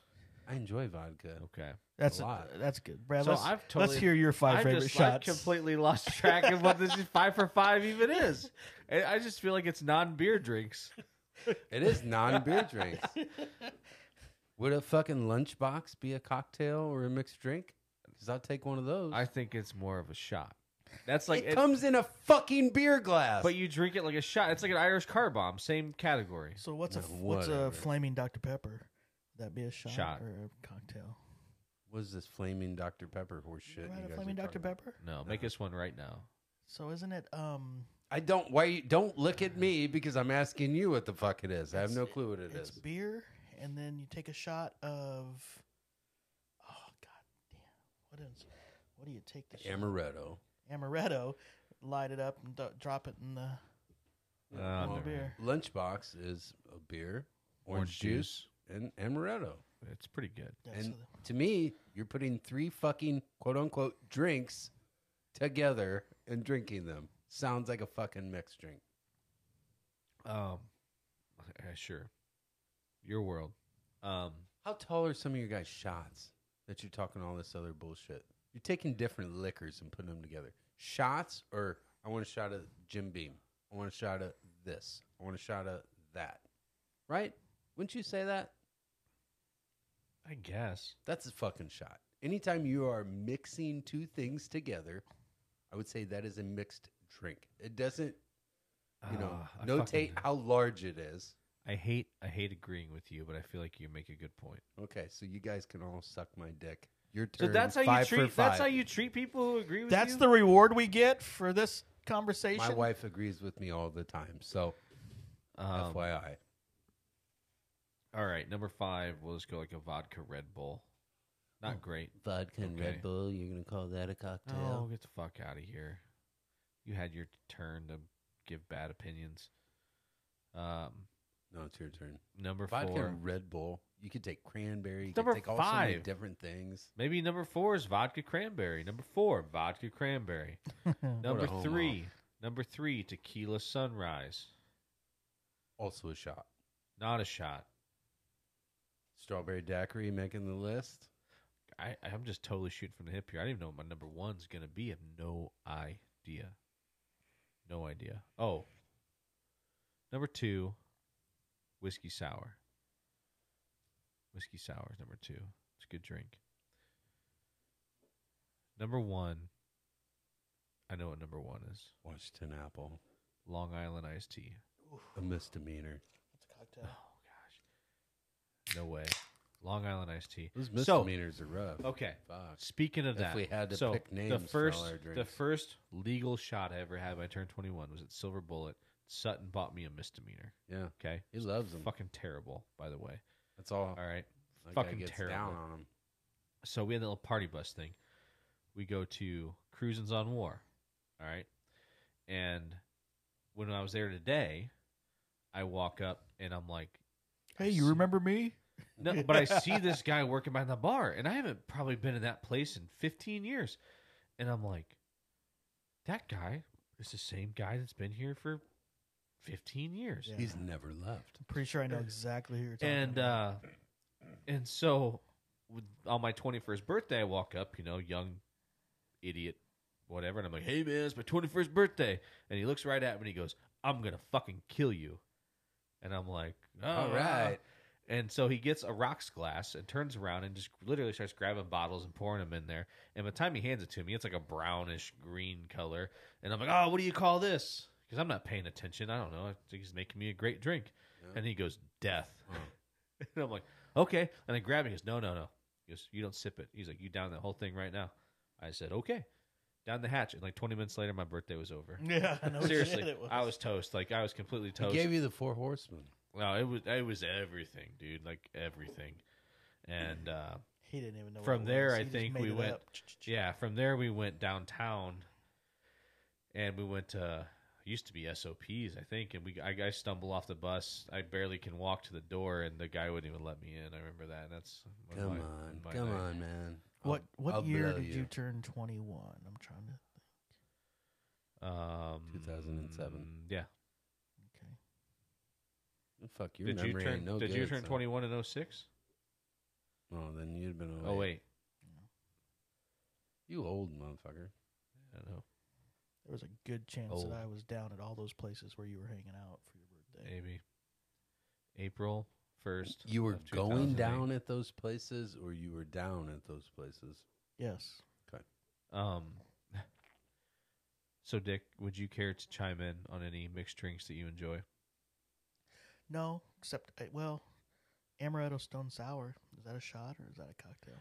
S2: I enjoy vodka.
S5: Okay.
S4: That's
S2: A lot.
S4: that's good, Brad.
S5: So
S4: let's,
S5: I've totally-
S4: let's hear your five
S5: I
S4: favorite
S5: just like,
S4: shots.
S5: completely lost track of what this is five for five even is. I I just feel like it's non beer drinks.
S2: It is non beer drinks. Would a fucking lunchbox be a cocktail or a mixed drink? Because I'll take one of those.
S5: I think it's more of a shot. That's like
S2: it, comes in a fucking beer glass.
S5: but you drink it like a shot. It's like an Irish car bomb, same category.
S4: So what's a
S2: No,
S4: what's a
S2: whatever.
S4: flaming Dr Pepper? Would that be a shot,
S5: Shot.
S4: or a cocktail?
S2: what is this flaming Dr Pepper horse shit? you
S4: Right, a
S2: guys are
S4: flaming Dr
S2: talking about?
S4: Pepper.
S5: No, make us one right now.
S4: So isn't it um?
S2: I don't. Why you don't look at me because I'm asking you what the fuck it is. I have
S4: It's-
S2: no clue what it
S4: it's
S2: is.
S4: beer, and then you take a shot of. Oh god damn! What is? What do you take the shot?
S2: Amaretto.
S4: amaretto? Light it up and d- drop it in the
S2: Mm,
S5: Uh,
S4: in the
S5: never
S4: beer.
S2: Lunchbox is a beer, orange, juice, and amaretto.
S5: It's pretty good.
S4: Yeah, so
S2: And
S4: the-
S2: to me, you're putting three fucking quote unquote drinks together and drinking them. Sounds like a fucking mixed drink.
S5: Um, yeah, sure. Your world. Um,
S2: How tall are some of your guys' shots that you're talking all this other bullshit? You're taking different liquors and putting them together. Shots, or I want a shot of Jim Beam. I want a shot of this. I want a shot of that. Right? Wouldn't you say that?
S5: I guess.
S2: That's a fucking shot. Anytime you are mixing two things together, I would say that is a mixed drink. It doesn't, you know,
S5: Ah, I
S2: notate
S5: fucking-
S2: how large it is.
S5: I hate. I hate agreeing with you, but I feel like you make a good point.
S2: Okay, so you guys can all suck my dick. Your
S5: So
S2: turn.
S5: that's how you
S2: Five for
S5: treat. That's
S2: five.
S5: how you treat people who agree with
S4: That's
S5: you.
S4: the reward we get for this conversation.
S2: My wife agrees with me all the time. So
S5: the. Um,
S2: FYI,
S5: all right, number five. We'll just go like a vodka Red Bull. Not great.
S2: vodka
S5: and Red Okay.
S2: Bull. You're gonna call that a
S5: Oh, get the fuck out of here. You had your turn to give bad opinions. Um,
S2: No, it's your turn.
S5: number
S2: Vodka
S5: four.
S2: and Red Bull. You could take cranberry. You
S5: Number
S2: could take all so many
S5: five.
S2: different things.
S5: Maybe number four is vodka cranberry. Number four, vodka cranberry. Number
S2: homo.
S5: three, number three, tequila sunrise.
S2: Also a shot.
S5: Not a shot.
S2: Strawberry daiquiri making the list.
S5: I, I'm just totally shooting from the hip here. I don't even know what my number one's gonna be. I have no idea. No idea. Oh. Number two, whiskey sour. Whiskey sour is number two. It's a good drink. Number one, I know what number one is.
S2: Washington apple.
S5: Long Island iced tea.
S2: A misdemeanor.
S4: It's a cocktail.
S5: Oh gosh. No way. Long Island iced tea.
S2: Those
S5: So-
S2: misdemeanors are rough.
S5: Okay.
S2: Fuck.
S5: Speaking of
S2: If
S5: that,
S2: we had to
S5: so
S2: pick names for
S5: the
S2: all
S5: first
S2: our
S5: the
S2: drinks.
S5: first legal shot I ever had when I turned 21 was at Silver Bullet. Sutton bought me a misdemeanor.
S2: Yeah.
S5: Okay,
S2: He loves them.
S5: fucking terrible, by the way.
S2: That's all.
S5: All right,
S2: That guy
S5: fucking
S2: gets
S5: terrible.
S2: down on them.
S5: So we had the little party bus thing. We go to Cruisins on War. All right. And when I was there today, I walk up and I'm like,
S4: Hey, you remember me?
S5: No, but I see this guy working behind the bar, and I haven't probably been in that place in 15 years. And I'm like, that guy is the same guy that's been here for 15 years.
S4: Yeah.
S2: He's never left.
S4: I'm pretty sure I know exactly who you're talking
S5: And
S4: about.
S5: uh, and so with- on my 21st birthday, I walk up, you know, young idiot, whatever, and I'm like, hey man, it's my 21st birthday. And he looks right at me and he goes, I'm gonna fucking kill you. And I'm like, "Uh,
S2: All
S5: all right.
S2: right.
S5: And so he gets a rocks glass and turns around and just literally starts grabbing bottles and pouring them in there. And by the time he hands it to me, it's like a brownish green color. And I'm like, oh, what do you call this? because I'm not paying attention. I don't know. I think he's making me a great drink.
S2: Yeah.
S5: And he goes, death.
S2: Oh.
S5: and I'm like, okay. And I grab it. He goes, no, no, no. He goes, you don't sip it. He's like, you down that whole thing right now. I said, okay. Down the hatch. And like 20 minutes later, my birthday was over.
S4: Yeah, no
S5: Seriously,
S4: shit, it was.
S5: I was toast. Like I was completely
S2: He
S5: toast.
S2: gave you the four horsemen.
S5: no, it was it was everything, dude. Like everything. And uh,
S4: He didn't even know.
S5: From
S4: what it
S5: there,
S4: was.
S5: I
S4: He just
S5: think
S4: made
S5: we
S4: it
S5: went-
S4: up.
S5: yeah, from there we went downtown, and we went to used to be SOPs, I think. And we I, I stumble off the bus. I barely can walk to the door, and the guy wouldn't even let me in. I remember that. And that's one of
S2: Come
S5: my-
S2: on,
S5: my
S2: come
S5: night.
S2: on, man. I'll-
S4: What What
S2: I'll
S4: year
S2: blow
S4: did you turn twenty one? I'm trying to.
S5: Um,
S2: 2007.
S5: Yeah.
S4: Okay.
S2: Fuck your
S5: did you
S2: memory.
S5: turn
S2: ain't no
S5: Did you
S2: good,
S5: turn
S2: son.
S5: 21 in 06?
S2: Oh, then you'd been away.
S5: Oh wait,
S2: you old motherfucker.
S5: I don't know.
S4: There was a good chance
S5: Old.
S4: that
S2: Oh.
S4: I was down at all those places where you were hanging out for your birthday.
S2: Eh.
S5: Maybe April first.
S2: You were going down at those places, or you were down at those places.
S4: Yes.
S5: Um. So, Dick, would you care to chime in on any mixed drinks that you enjoy?
S4: No, except I, well, amaretto stone sour. Is that a shot or is that a cocktail?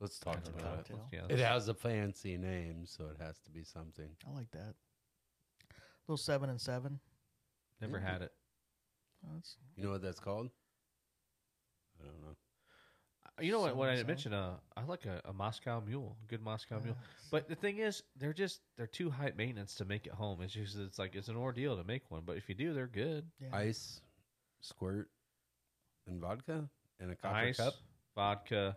S2: Let's talk
S5: I don't know.
S2: about it.
S4: cocktail.
S5: Yeah,
S2: It
S5: that's-
S2: has a fancy name, so it has to be something.
S4: I like that. Little seven and seven.
S5: never
S2: Yeah.
S5: had it.
S4: Oh, that's
S2: You know what that's called? I don't know.
S5: Uh, You know what? What I
S4: Sounds-
S5: didn't mention, uh, I like a, a Moscow Mule, a good Moscow Mule.
S4: uh,
S5: But the thing is, they're just they're too high maintenance to make it home. It's just it's like it's an ordeal to make one. But if you do, they're good.
S4: yeah.
S2: Ice, squirt, and vodka, and a copper
S5: Ice,
S2: cup.
S5: vodka,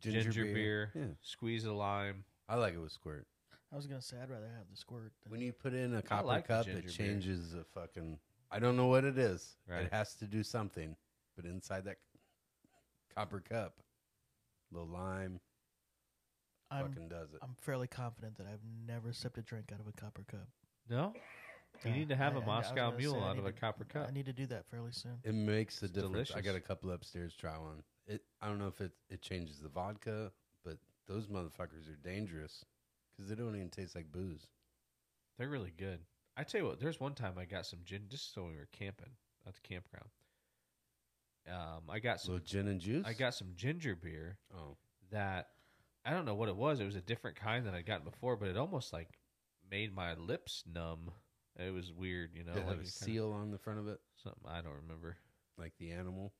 S5: ginger, beer,
S2: Yeah,
S5: squeeze of lime.
S2: I like it with squirt.
S4: I was gonna say I'd rather have the squirt. Than,
S2: When you put in a copper
S5: like the
S2: cup,
S5: ginger
S2: it
S5: beer.
S2: changes the fucking. I don't know what it is.
S5: Right.
S2: It has to do something. But inside that copper cup, little lime
S4: I'm
S2: fucking does it.
S4: I'm fairly confident that I've never sipped a drink out of a copper cup.
S5: No, you
S4: Yeah,
S5: need to have a
S4: I- I- I was
S5: Moscow
S4: gonna say
S5: Mule
S4: I
S5: out
S4: need
S5: of a
S4: to-
S5: copper cup.
S4: I need to do that fairly soon.
S2: it makes a
S5: It's
S2: difference. I got a
S5: delicious.
S2: couple upstairs. Try one. It. I don't know if it it changes the vodka, but those motherfuckers are dangerous because they don't even taste like booze.
S5: They're really good. I tell you what, there's one time I got some gin just so we were camping at the campground. Um, I got
S2: So
S5: some
S2: gin and juice.
S5: I got some ginger beer
S2: Oh,
S5: that I don't know what it was. It was a different kind than I'd gotten before, but it almost like made my lips numb. It was weird, you know,
S2: did it
S5: like
S2: have a
S5: it kinda-
S2: seal on the front of it,
S5: something I don't remember.
S2: like the animal,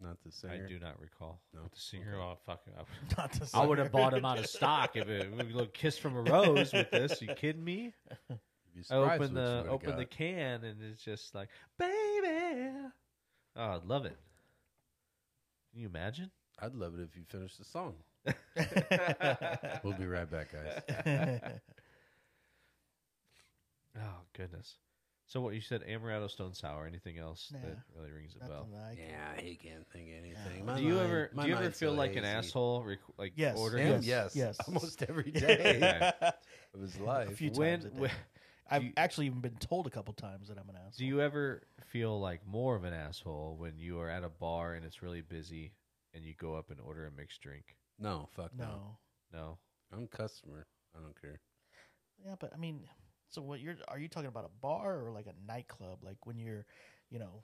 S2: not the singer.
S5: I do not recall.
S2: No?
S5: What the singer?
S2: Okay.
S5: Oh fuck! I,
S4: Not the
S5: I would
S4: squirt.
S5: have bought him out of stock if it was a little kiss from a rose with this. you kidding me? I open the open the can and it's just like, baby. Oh, I'd love it. Can you imagine?
S2: I'd love it if you finished the song.
S5: oh
S2: We'll be right back, guys.
S5: Oh, goodness. So what you said, amaretto stone sour. Anything else
S4: Nah,
S5: that really rings a bell?
S4: Nothing that I can-
S2: yeah, he can't think of
S4: Yeah.
S2: anything. My
S5: do you
S2: mind-
S5: ever
S2: my
S5: do you ever
S2: mind's
S5: feel
S2: so
S5: like an
S2: hazy.
S5: asshole? Rec- like
S4: Yes.
S5: ordering.
S2: Damn,
S5: a-
S2: yes,
S4: yes.
S2: almost every day
S5: Okay.
S2: of his life.
S4: A few
S5: when,
S4: times a day.
S5: when
S4: I've
S5: you-
S4: actually even been told a couple times that I'm an asshole.
S5: do you ever feel like more of an asshole when you are at a bar and it's really busy and you go up and order a mixed drink?
S2: No, fuck no.
S4: No.
S5: No.
S2: I'm customer. I don't care.
S4: Yeah, but I mean, so what you're are you talking about a bar or like a nightclub? Like when you're, you know,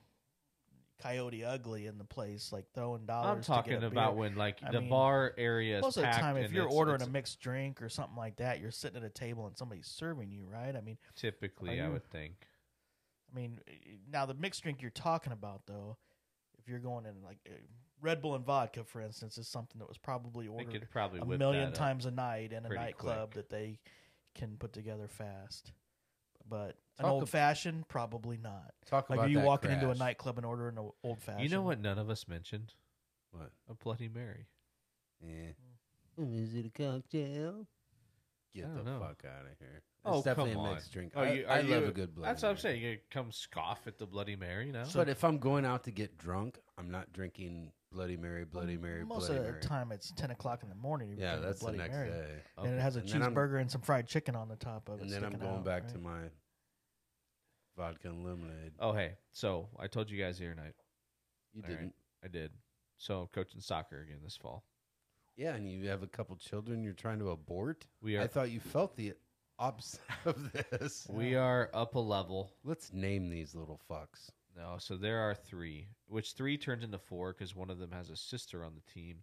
S4: Coyote Ugly in the place, like throwing dollars.
S5: I'm
S4: to
S5: talking
S4: get a
S5: about
S4: beer.
S5: when like
S4: I
S5: the
S4: mean,
S5: bar area is
S4: most of the
S5: packed
S4: time. If
S5: and
S4: you're
S5: it's-
S4: ordering
S5: it's
S4: a mixed drink or something like that, you're sitting at a table and somebody's serving you, right? I mean,
S5: typically
S4: Are
S5: I
S4: you-
S5: would think.
S4: I mean, eh, now the mixed drink you're talking about though, if you're going in like eh, Red Bull and vodka, for instance, is something that was probably
S5: They
S4: ordered
S5: could probably
S4: a
S5: whip
S4: million
S5: that up.
S2: uh,
S4: times a night in a
S5: pretty
S4: nightclub
S5: quick.
S4: that they can put together fast. But an
S2: Talk
S4: old
S2: ab-
S4: fashioned, probably not.
S2: Talk
S4: Like
S2: about
S4: are you
S2: that
S4: walking into a
S2: crash.
S4: nightclub and ordering an old fashioned?
S5: You know what none of us mentioned?
S2: What?
S5: A Bloody Mary.
S2: Yeah.
S4: Mm.
S2: Is it a cocktail? Get
S5: I
S2: the
S5: don't know.
S2: fuck out of here.
S5: Oh,
S2: it's definitely
S5: come
S2: a
S5: on.
S2: mixed drink.
S5: Oh,
S2: I,
S5: you-
S2: I
S5: are
S2: love
S5: you-
S2: a good blood.
S5: That's what I'm saying. You come scoff at the Bloody Mary, you know?
S2: But if I'm going out to get drunk, I'm not drinking Bloody Mary, Bloody Mary,
S4: Most
S2: Bloody
S4: of the
S2: Mary.
S4: time, it's ten o'clock in the morning. you're
S2: yeah,
S4: drinking a
S2: that's the
S4: Bloody
S2: next
S4: Mary.
S2: day.
S4: And it has a
S2: And then I'm-
S4: cheeseburger and some fried chicken on the top of it.
S2: And then I'm
S4: sticking
S2: going
S4: out,
S2: back
S4: right?
S2: to my vodka and lemonade.
S5: oh hey, so I told you guys the other night.
S2: you
S5: all right,
S2: didn't.
S5: I did. So I'm coaching soccer again this fall.
S2: Yeah, and you have a couple children you're trying to abort.
S5: We are
S2: I thought you felt the opposite of this.
S5: We are up a level.
S2: Let's name these little fucks.
S5: No, so there are three, which three turns into four because one of them has a sister on the team,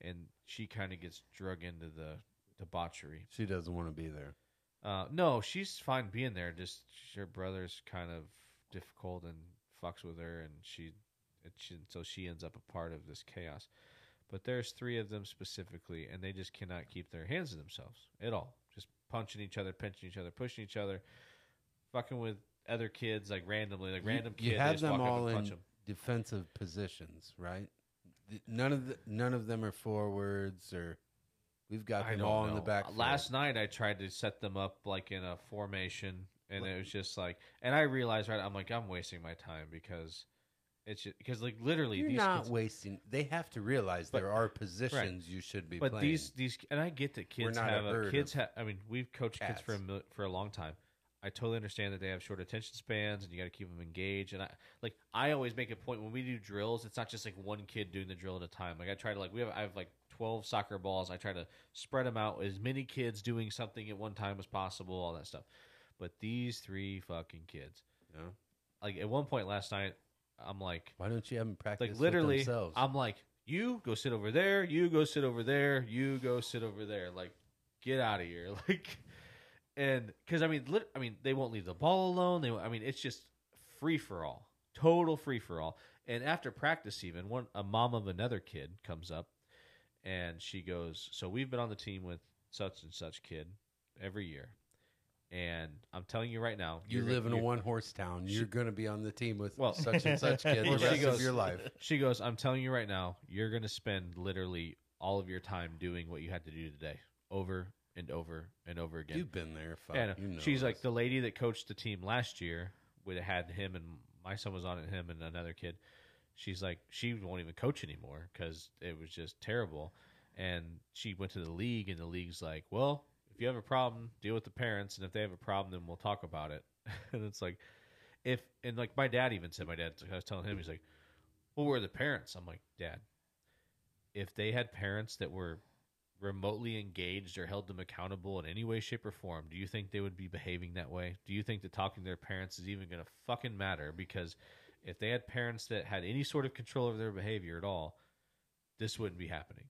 S5: and she kind of gets drug into the debauchery.
S2: She doesn't want to be there.
S5: Uh, no, she's fine being there. Just her brother's kind of difficult and fucks with her, and she, and she so she ends up a part of this chaos. But there's three of them specifically, and they just cannot keep their hands to themselves at all. Just punching each other, pinching each other, pushing each other, fucking with other kids like randomly, like
S2: You-
S5: random
S2: You,
S5: kids.
S2: have them all
S5: and
S2: in
S5: punch 'em.
S2: defensive positions, right? Th- None of the, none of them are forwards or. We've got
S5: I
S2: them
S5: don't
S2: all in
S5: know. Uh,
S2: the back.
S5: Last night I tried to set them up like in a formation, and it was just like, and I realized right, I'm like I'm wasting my time because it's because like literally
S2: you're
S5: these
S2: not
S5: kids,
S2: wasting. They have to realize
S5: But-
S2: there are positions you should be
S5: but
S2: playing.
S5: these these and I get that
S2: We're
S5: kids
S2: not a
S5: have a,
S2: herd
S5: kids
S2: of
S5: have. I mean, we've coached kids for a
S2: cats.
S5: mil- for a long time. I totally understand that they have short attention spans, and you got to keep them engaged. And I like I always make a point when we do drills. It's not just like one kid doing the drill at a time. Like I try to like we have I have like twelve soccer balls. I try to spread them out as many kids doing something at one time as possible. All that stuff. But these three fucking kids.
S2: you know?
S5: Like at one point last night, I'm like,
S2: Why don't you have them practice
S5: like literally
S2: with themselves?
S5: i'm like you go sit over there you go sit over there you go sit over there like get out of here like and because i mean lit- i mean they won't leave the ball alone they won't- i mean it's just free for all total free for all and after practice even one a mom of another kid comes up and she goes so we've been on the team with such and such kid every year and i'm telling you right now
S2: you
S5: you're
S2: live in a
S5: you're-
S2: one horse town.
S5: She-
S2: You're going to be on the team with
S5: Well-
S2: such and such kid
S4: Well,
S2: the
S4: she
S2: rest
S5: goes-
S2: of your life.
S5: She goes, I'm telling you right now, you're going to spend literally all of your time doing what you had to do today over and over and over again.
S2: You've been there. Fuck,
S5: and
S2: you know
S5: she's like,
S2: this.
S5: the lady that coached the team last year, would have had him and my son was on it, him and another kid. She's like, she won't even coach anymore because it was just terrible. And she went to the league, and the league's like, well, if you have a problem, deal with the parents. And if they have a problem, then we'll talk about it. and it's like, if, and like my dad even said, my dad, I was telling him, he's like, well, where are the parents? I'm like, Dad, if they had parents that were remotely engaged or held them accountable in any way, shape, or form, do you think they would be behaving that way? Do you think that talking to their parents is even going to fucking matter? Because if they had parents that had any sort of control over their behavior at all, this wouldn't be happening.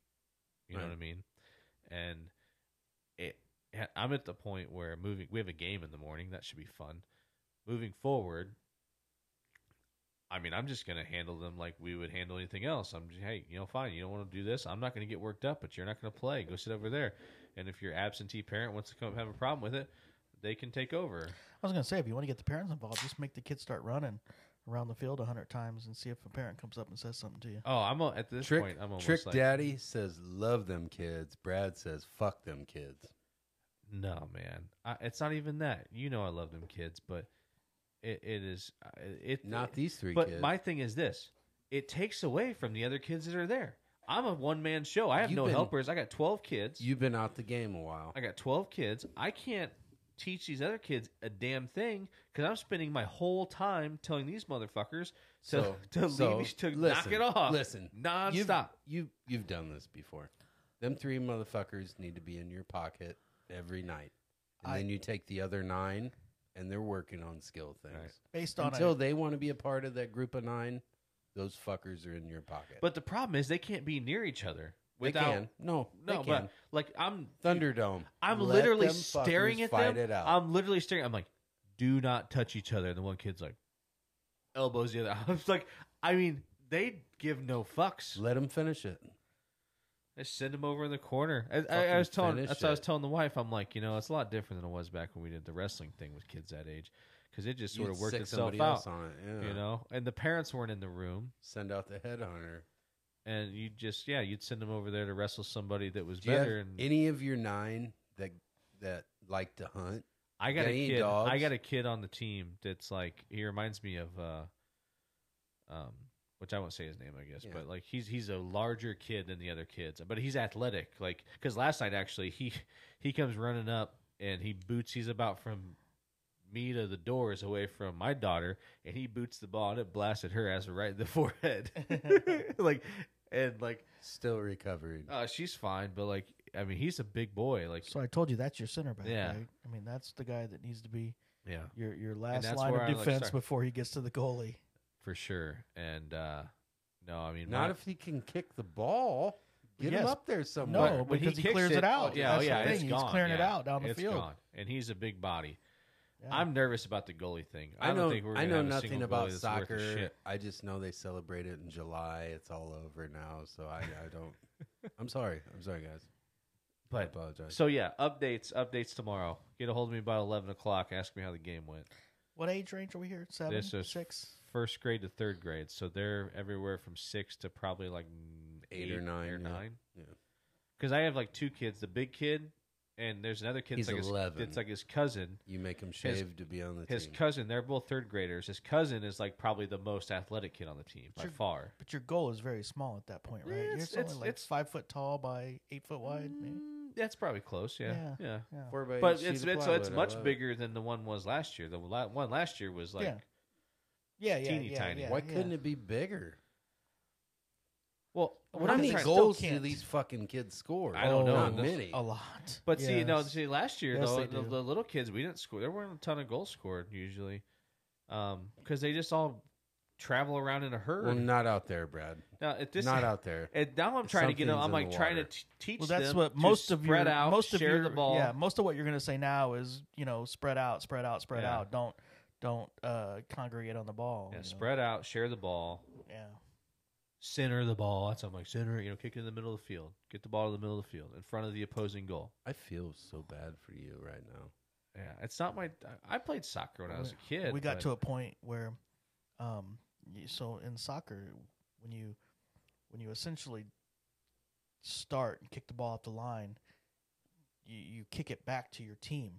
S5: You know
S2: Right.
S5: what I mean? And it, I'm at the point where moving, we have a game in the morning. That should be fun. Moving forward, I mean, I'm just gonna handle them like we would handle anything else. I'm just, hey, you know, fine. You don't want to do this. I'm not gonna get worked up, but you're not gonna play. Go sit over there. And if your absentee parent wants to come have a problem with it, they can take over.
S4: I was gonna say, if you want to get the parents involved, just make the kids start running around the field a hundred times and see if a parent comes up and says something to you.
S5: Oh, I'm al- at this
S2: Trick,
S5: point. I'm almost
S2: Trick
S5: like,
S2: Daddy says, love them kids. Brad says, fuck them kids.
S5: No, man, I, it's not even that. You know, I love them kids, but it, it is I- it
S2: Not these three
S5: But
S2: kids.
S5: my thing is this: it takes away from the other kids that are there. I'm a one man show. I have
S2: You've
S5: no
S2: been-
S5: helpers. I got 12 kids.
S2: You've been out the game a while.
S5: I got 12 kids. I can't teach these other kids a damn thing because I'm spending my whole time telling these motherfuckers to,
S2: So,
S5: to
S2: so
S5: leave, to
S2: listen,
S5: knock it off.
S2: Listen, you've,
S5: Nonstop.
S2: You you've done this before. Them three motherfuckers need to be in your pocket every night, and
S4: I-
S2: then you take the other nine, and they're working on skill things
S5: Right.
S4: Based on
S2: until
S4: a,
S2: they want to be a part of that group of nine. Those fuckers are in your pocket.
S5: But the problem is they can't be near each other
S2: they
S5: without.
S2: can. no,
S5: No,
S2: they can.
S5: but like I'm
S2: Thunderdome.
S5: I'm
S2: Let
S5: literally
S2: them fuckers
S5: staring at
S2: fight
S5: them.
S2: It out.
S5: I'm literally staring. I'm like, do not touch each other. And the one kid's like, elbows the other. I was like, I mean, they give no fucks.
S2: Let them finish it.
S5: I send him over in the corner. I, I, I
S2: Fucking
S5: was telling
S2: finish
S5: that's what I was
S2: it.
S5: telling the wife. I'm like, you know, it's a lot different than it was back when we did the wrestling thing with kids that age, because it just sort
S2: You'd
S5: of worked
S2: sick
S5: itself
S2: somebody
S5: out,
S2: else on it. Yeah.
S5: you know. And the parents weren't in the room,
S2: send out the headhunter.
S5: and you just yeah, you'd send them over there to wrestle somebody that was
S2: Do you have
S5: better. And
S2: any of your nine that that like to hunt?
S5: I got
S2: got
S5: a
S2: any
S5: kid. I
S2: dogs?
S5: got a kid on the team that's like he reminds me of, uh, um, which I won't say his name, I guess,
S2: Yeah.
S5: but like he's he's a larger kid than the other kids, but he's athletic. Like because last night actually he he comes running up and he boots. He's about from me to the doors away from my daughter, and he boots the ball and it blasted her ass right in the forehead, like and like
S2: Still recovering.
S5: uh, she's fine, but like I mean, he's a big boy. Like,
S4: So I told you that's your center back.
S5: Yeah.
S4: Right? I mean, that's the guy that needs to be
S5: yeah,
S4: your your last
S5: that's
S4: line
S5: where
S4: of
S5: I, like,
S4: defense
S5: start-
S4: before he gets to the goalie.
S5: for sure. And uh no, I mean,
S2: Not
S5: my-
S2: if he can kick the ball. Get him
S4: Yes.
S2: up there
S4: No,
S2: somewhere.
S5: But when
S4: because he,
S5: kicks
S4: clears it, out.
S5: oh, yeah, oh,
S4: That's the
S5: yeah,
S4: thing.
S5: it's
S4: He's
S5: gone,
S4: clearing it
S5: yeah.
S4: out down the
S5: It's
S4: field.
S5: gone. and he's a big body.
S4: Yeah.
S5: I'm nervous about the goalie thing. I,
S2: I know.
S5: don't think we're.
S2: I
S5: gonna
S2: know
S5: have a
S2: nothing
S5: single
S2: about
S5: goalie that's worth
S2: soccer.
S5: a shit.
S2: I just know they celebrate it in July. It's all over now, so I, I don't. I'm sorry. I'm sorry, guys. I
S5: But
S2: apologize.
S5: so yeah, updates, updates tomorrow. Get a hold of me by eleven o'clock. Ask me how the game went.
S4: What age range are we here? Seven,
S5: This is
S4: six.
S5: First grade to third grade, so they're everywhere from six to probably like n-
S2: Eight or nine,
S5: or
S2: yeah.
S5: nine.
S2: Yeah.
S5: Because I have like two kids, the big kid, and there's another kid. that's
S2: He's
S5: like
S2: 11.
S5: His, it's like his cousin.
S2: you make him shave to be on the
S5: His
S2: team.
S5: cousin, they're both third graders. His cousin is like probably the most athletic kid on the team by
S4: Sure.
S5: far.
S4: But your goal is very small at that point,
S5: Yeah,
S4: right? You're
S5: it's-
S4: only
S5: it's-
S4: like
S5: it's-
S4: five foot tall by eight foot wide. Maybe.
S5: Mm, That's probably close. Yeah,
S4: Yeah.
S5: yeah.
S4: Yeah.
S2: Four by eight
S5: But
S2: sheet
S5: it's
S2: of
S5: it's, so it's
S2: plywood, I
S5: much
S2: love it.
S5: bigger than the one was last year. The la- one last year was like,
S4: Yeah. yeah, yeah,
S5: teeny
S4: yeah,
S5: tiny.
S4: Yeah,
S2: Why
S4: yeah.
S2: couldn't it be bigger?
S5: well,
S4: Well,
S5: what
S2: How
S5: I'm
S2: many
S5: trying-
S4: still
S2: goals do
S4: can't.
S2: these fucking kids score?
S5: I don't know.
S2: Not
S5: That's
S2: many.
S4: A lot.
S5: But see, no,
S4: Yes.
S5: see, last year
S4: Yes,
S5: though,
S4: they
S5: the,
S4: do.
S5: the little kids we didn't score. There weren't a ton of goals scored usually, because they just all travel around in a herd.
S2: Well, not out there, Brad.
S5: now at this,
S2: not out there.
S5: And now I'm trying to get them.
S2: Something's
S5: I'm
S2: in
S5: like
S2: the
S5: trying to
S2: water.
S5: t- teach
S4: well, that's
S5: them
S4: what
S5: to
S4: most of
S5: spread
S4: your
S5: out,
S4: most of
S5: share
S4: your
S5: the ball.
S4: yeah most of what you're going to say now is you know spread out, spread out, spread
S5: Yeah.
S4: out. Don't don't uh, congregate on the ball.
S5: Yeah,
S4: you know?
S5: spread out, share the ball,
S4: Yeah,
S5: center the ball. That's what I'm like center. You know, kick it in the middle of the field, get the ball to the middle of the field in front of the opposing goal.
S2: I feel so bad for you right now.
S5: Yeah, it's not my. I I played soccer when I was a kid.
S4: we got
S5: but-
S4: to a point where, um, you- so in soccer, when you when you essentially start and kick the ball off the line, you, you kick it back to your team.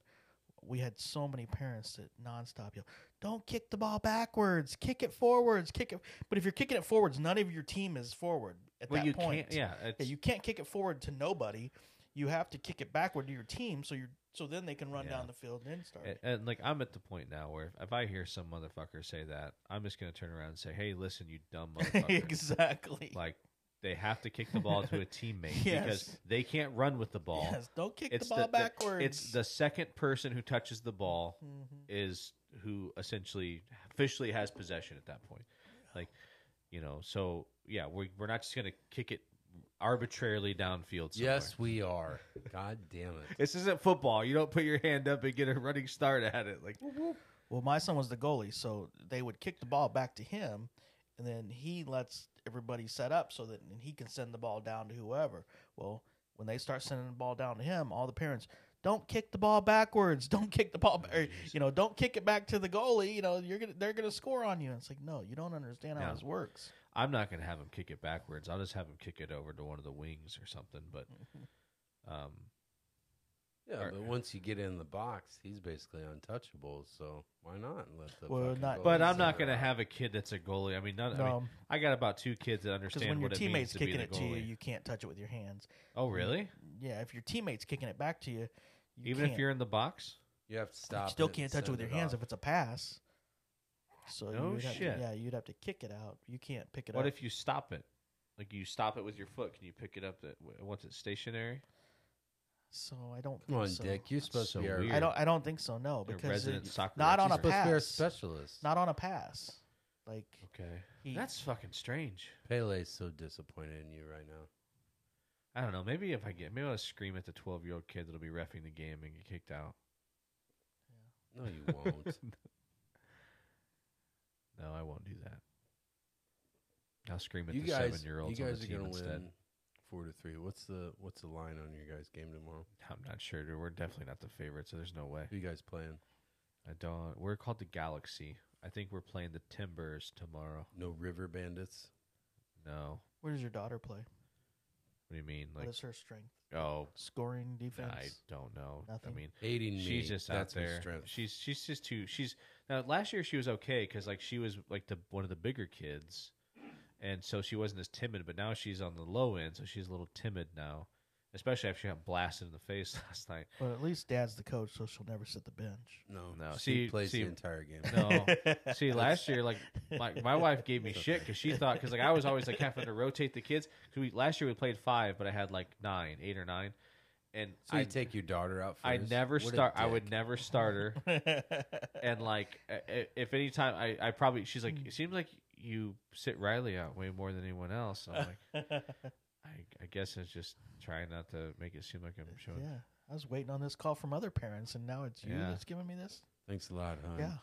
S4: We had so many parents that nonstop yell, "Don't kick the ball backwards, kick it forwards, kick it." But if you're kicking it forwards, none of your team is forward at
S5: Well,
S4: that
S5: you
S4: point.
S5: can't. Yeah, it's,
S4: Yeah, you can't kick it forward to nobody. You have to kick it backward to your team, so you're so then they can run
S5: Yeah.
S4: down the field and start.
S5: And, and like I'm at the point now where if, if I hear some motherfucker say that, I'm just gonna turn around and say, "Hey, listen, you dumb motherfucker!"
S4: exactly.
S5: Like they have to kick the ball to a teammate
S4: Yes.
S5: because they can't run with the ball.
S4: Yes, don't kick
S5: It's
S4: the ball backwards.
S5: It's the second person who touches the ball
S4: Mhm.
S5: is who essentially officially has possession at that point. Like, you know, so yeah, we're we're not just gonna kick it arbitrarily downfield. Somewhere.
S2: Yes, we are. God damn it.
S5: This isn't football. You don't put your hand up and get a running start at it. Like,
S4: Well, my son was the goalie, so they would kick the ball back to him, and then he lets everybody set up so that he can send the ball down to whoever. Well, when they start sending the ball down to him, all the parents don't kick the ball backwards. Don't kick the ball, ba- or, you know, don't kick it back to the goalie. You know, you're gonna they're gonna score on you. And it's like, no, you don't understand how
S5: No.
S4: this works.
S5: I'm not gonna have him kick it backwards. I'll just have him kick it over to one of the wings or something. But um,
S2: Yeah,
S5: Or-
S2: but once you get in the box, he's basically untouchable. So why not let the
S4: Well,
S2: fucking
S4: not-
S2: goalie
S5: but I'm not
S2: center
S5: gonna
S2: out?
S5: have a kid that's a goalie. I mean, none, I, mean
S4: No,
S5: I got about two kids that
S4: because
S5: understand
S4: when your
S5: what it means
S4: teammates
S5: to be
S4: kicking
S5: the
S4: it to you,
S5: goalie.
S4: you can't touch it with your hands.
S5: oh, really?
S4: Yeah, if your teammates kicking it back to you, you
S5: Even
S4: can't.
S5: if you're in the box,
S2: You have to stop.
S4: You still
S2: it,
S4: can't touch it
S2: send
S4: with your hands
S2: off.
S4: if it's a pass. So
S5: No
S4: you would have
S5: shit.
S4: To, yeah, you'd have to kick it out. You can't pick it
S5: what
S4: up.
S5: if you stop it? Like you stop it with your foot. Can you pick it up at, once it's stationary?
S4: so I don't.
S2: Come
S4: think
S2: on,
S4: so.
S2: Dick. You're
S5: That's
S2: supposed
S5: so
S2: to be our,
S5: weird.
S4: I don't. I don't think so. No,
S5: Your
S4: because
S5: resident
S4: it,
S5: soccer
S4: not on a
S2: You're supposed to be our
S4: pass.
S2: specialist.
S4: not on a pass. Like
S5: Okay,
S4: he,
S5: that's fucking strange.
S2: Pele's so disappointed in you right now.
S5: I don't know. Maybe if I get, maybe I'll scream at the 12 year old kid that'll be refing the game and get kicked out.
S2: No, you won't.
S5: No, I won't do that. I'll scream at
S2: you
S5: the
S2: guys,
S5: seven year
S2: you
S5: olds on the
S2: guys are
S5: team
S2: gonna
S5: instead.
S2: win four to three. What's the what's the line on your guys' game tomorrow?
S5: I'm not sure. dude. We're definitely not the favorite, so there's no way.
S2: Who you guys playing?
S5: I don't. We're called the Galaxy. I think we're playing the Timbers tomorrow.
S2: No River Bandits.
S5: No.
S4: where does your daughter play?
S5: What do you mean?
S4: what
S5: Like,
S4: is her strength?
S5: oh,
S4: Scoring, defense.
S5: I don't know.
S4: Nothing.
S5: I mean,
S2: Aiding me.
S5: she's just out
S2: That's my
S5: there.
S2: strength.
S5: She's she's just too. She's now last year she was okay because like she was like the one of the bigger kids, and so she wasn't as timid. But now she's on the low end, so she's a little timid now, especially after she got blasted in the face last night.
S4: But at least Dad's the coach, so she'll never sit the bench.
S2: no,
S5: No,
S2: She
S5: see-
S2: plays
S5: see-
S2: the entire game.
S5: No. See, last year, like my, my wife gave me shit because she thought because like I was always like having to rotate the kids. 'Cause we last year we played five, but I had like nine, eight or nine, and
S2: So you
S5: I
S2: take your daughter out
S5: I
S2: first.
S5: never
S2: What a
S5: start. I
S2: dick.
S5: would never start her. and like, i- i- if any time I, I probably she's
S4: Mm.
S5: like, it seems like you sit Riley out way more than anyone else.
S4: Uh.
S5: And I'm like, I, I guess it's just trying not to make it seem like I'm showing.
S4: yeah, I was waiting on this call from other parents, and now it's you
S5: Yeah.
S4: that's giving me this.
S2: Thanks a lot, hon.
S4: yeah,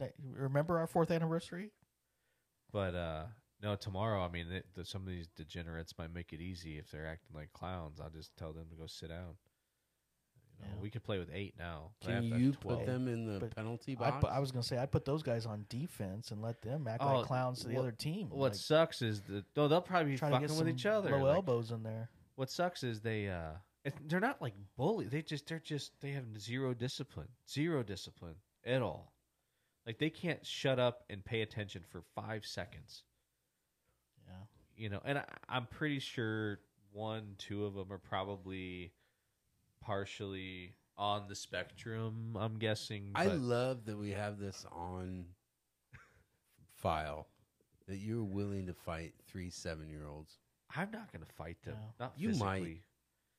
S4: That- remember our fourth anniversary?
S5: But uh, no, tomorrow. I mean, th th some of these degenerates might make it easy if they're acting like clowns. I'll just tell them to go sit down. You know,
S4: Yeah.
S5: We could play with eight now. but
S2: Can
S5: I have to have
S2: you
S5: 12.
S2: put them in the
S4: But
S2: penalty
S4: I,
S2: box?
S4: pu- I was gonna say I put those guys on defense and let them act
S5: Oh,
S4: like clowns to the
S5: what-
S4: other team.
S5: What sucks is that no, they'll probably be
S4: like, trying to
S5: fucking with
S4: get some
S5: each other.
S4: low
S5: like,
S4: elbows in there.
S5: what sucks is they uh it, they're not like bully they just they're just they have zero discipline zero discipline at all like they can't shut up and pay attention for five seconds
S4: Yeah,
S5: you know and I, i'm pretty sure one two of them are probably partially on the spectrum i'm guessing
S2: I
S5: but-
S2: love that we have this on file that you're willing to fight three seven year olds.
S5: i'm not gonna fight them
S4: No.
S5: not
S2: You might.
S5: physically,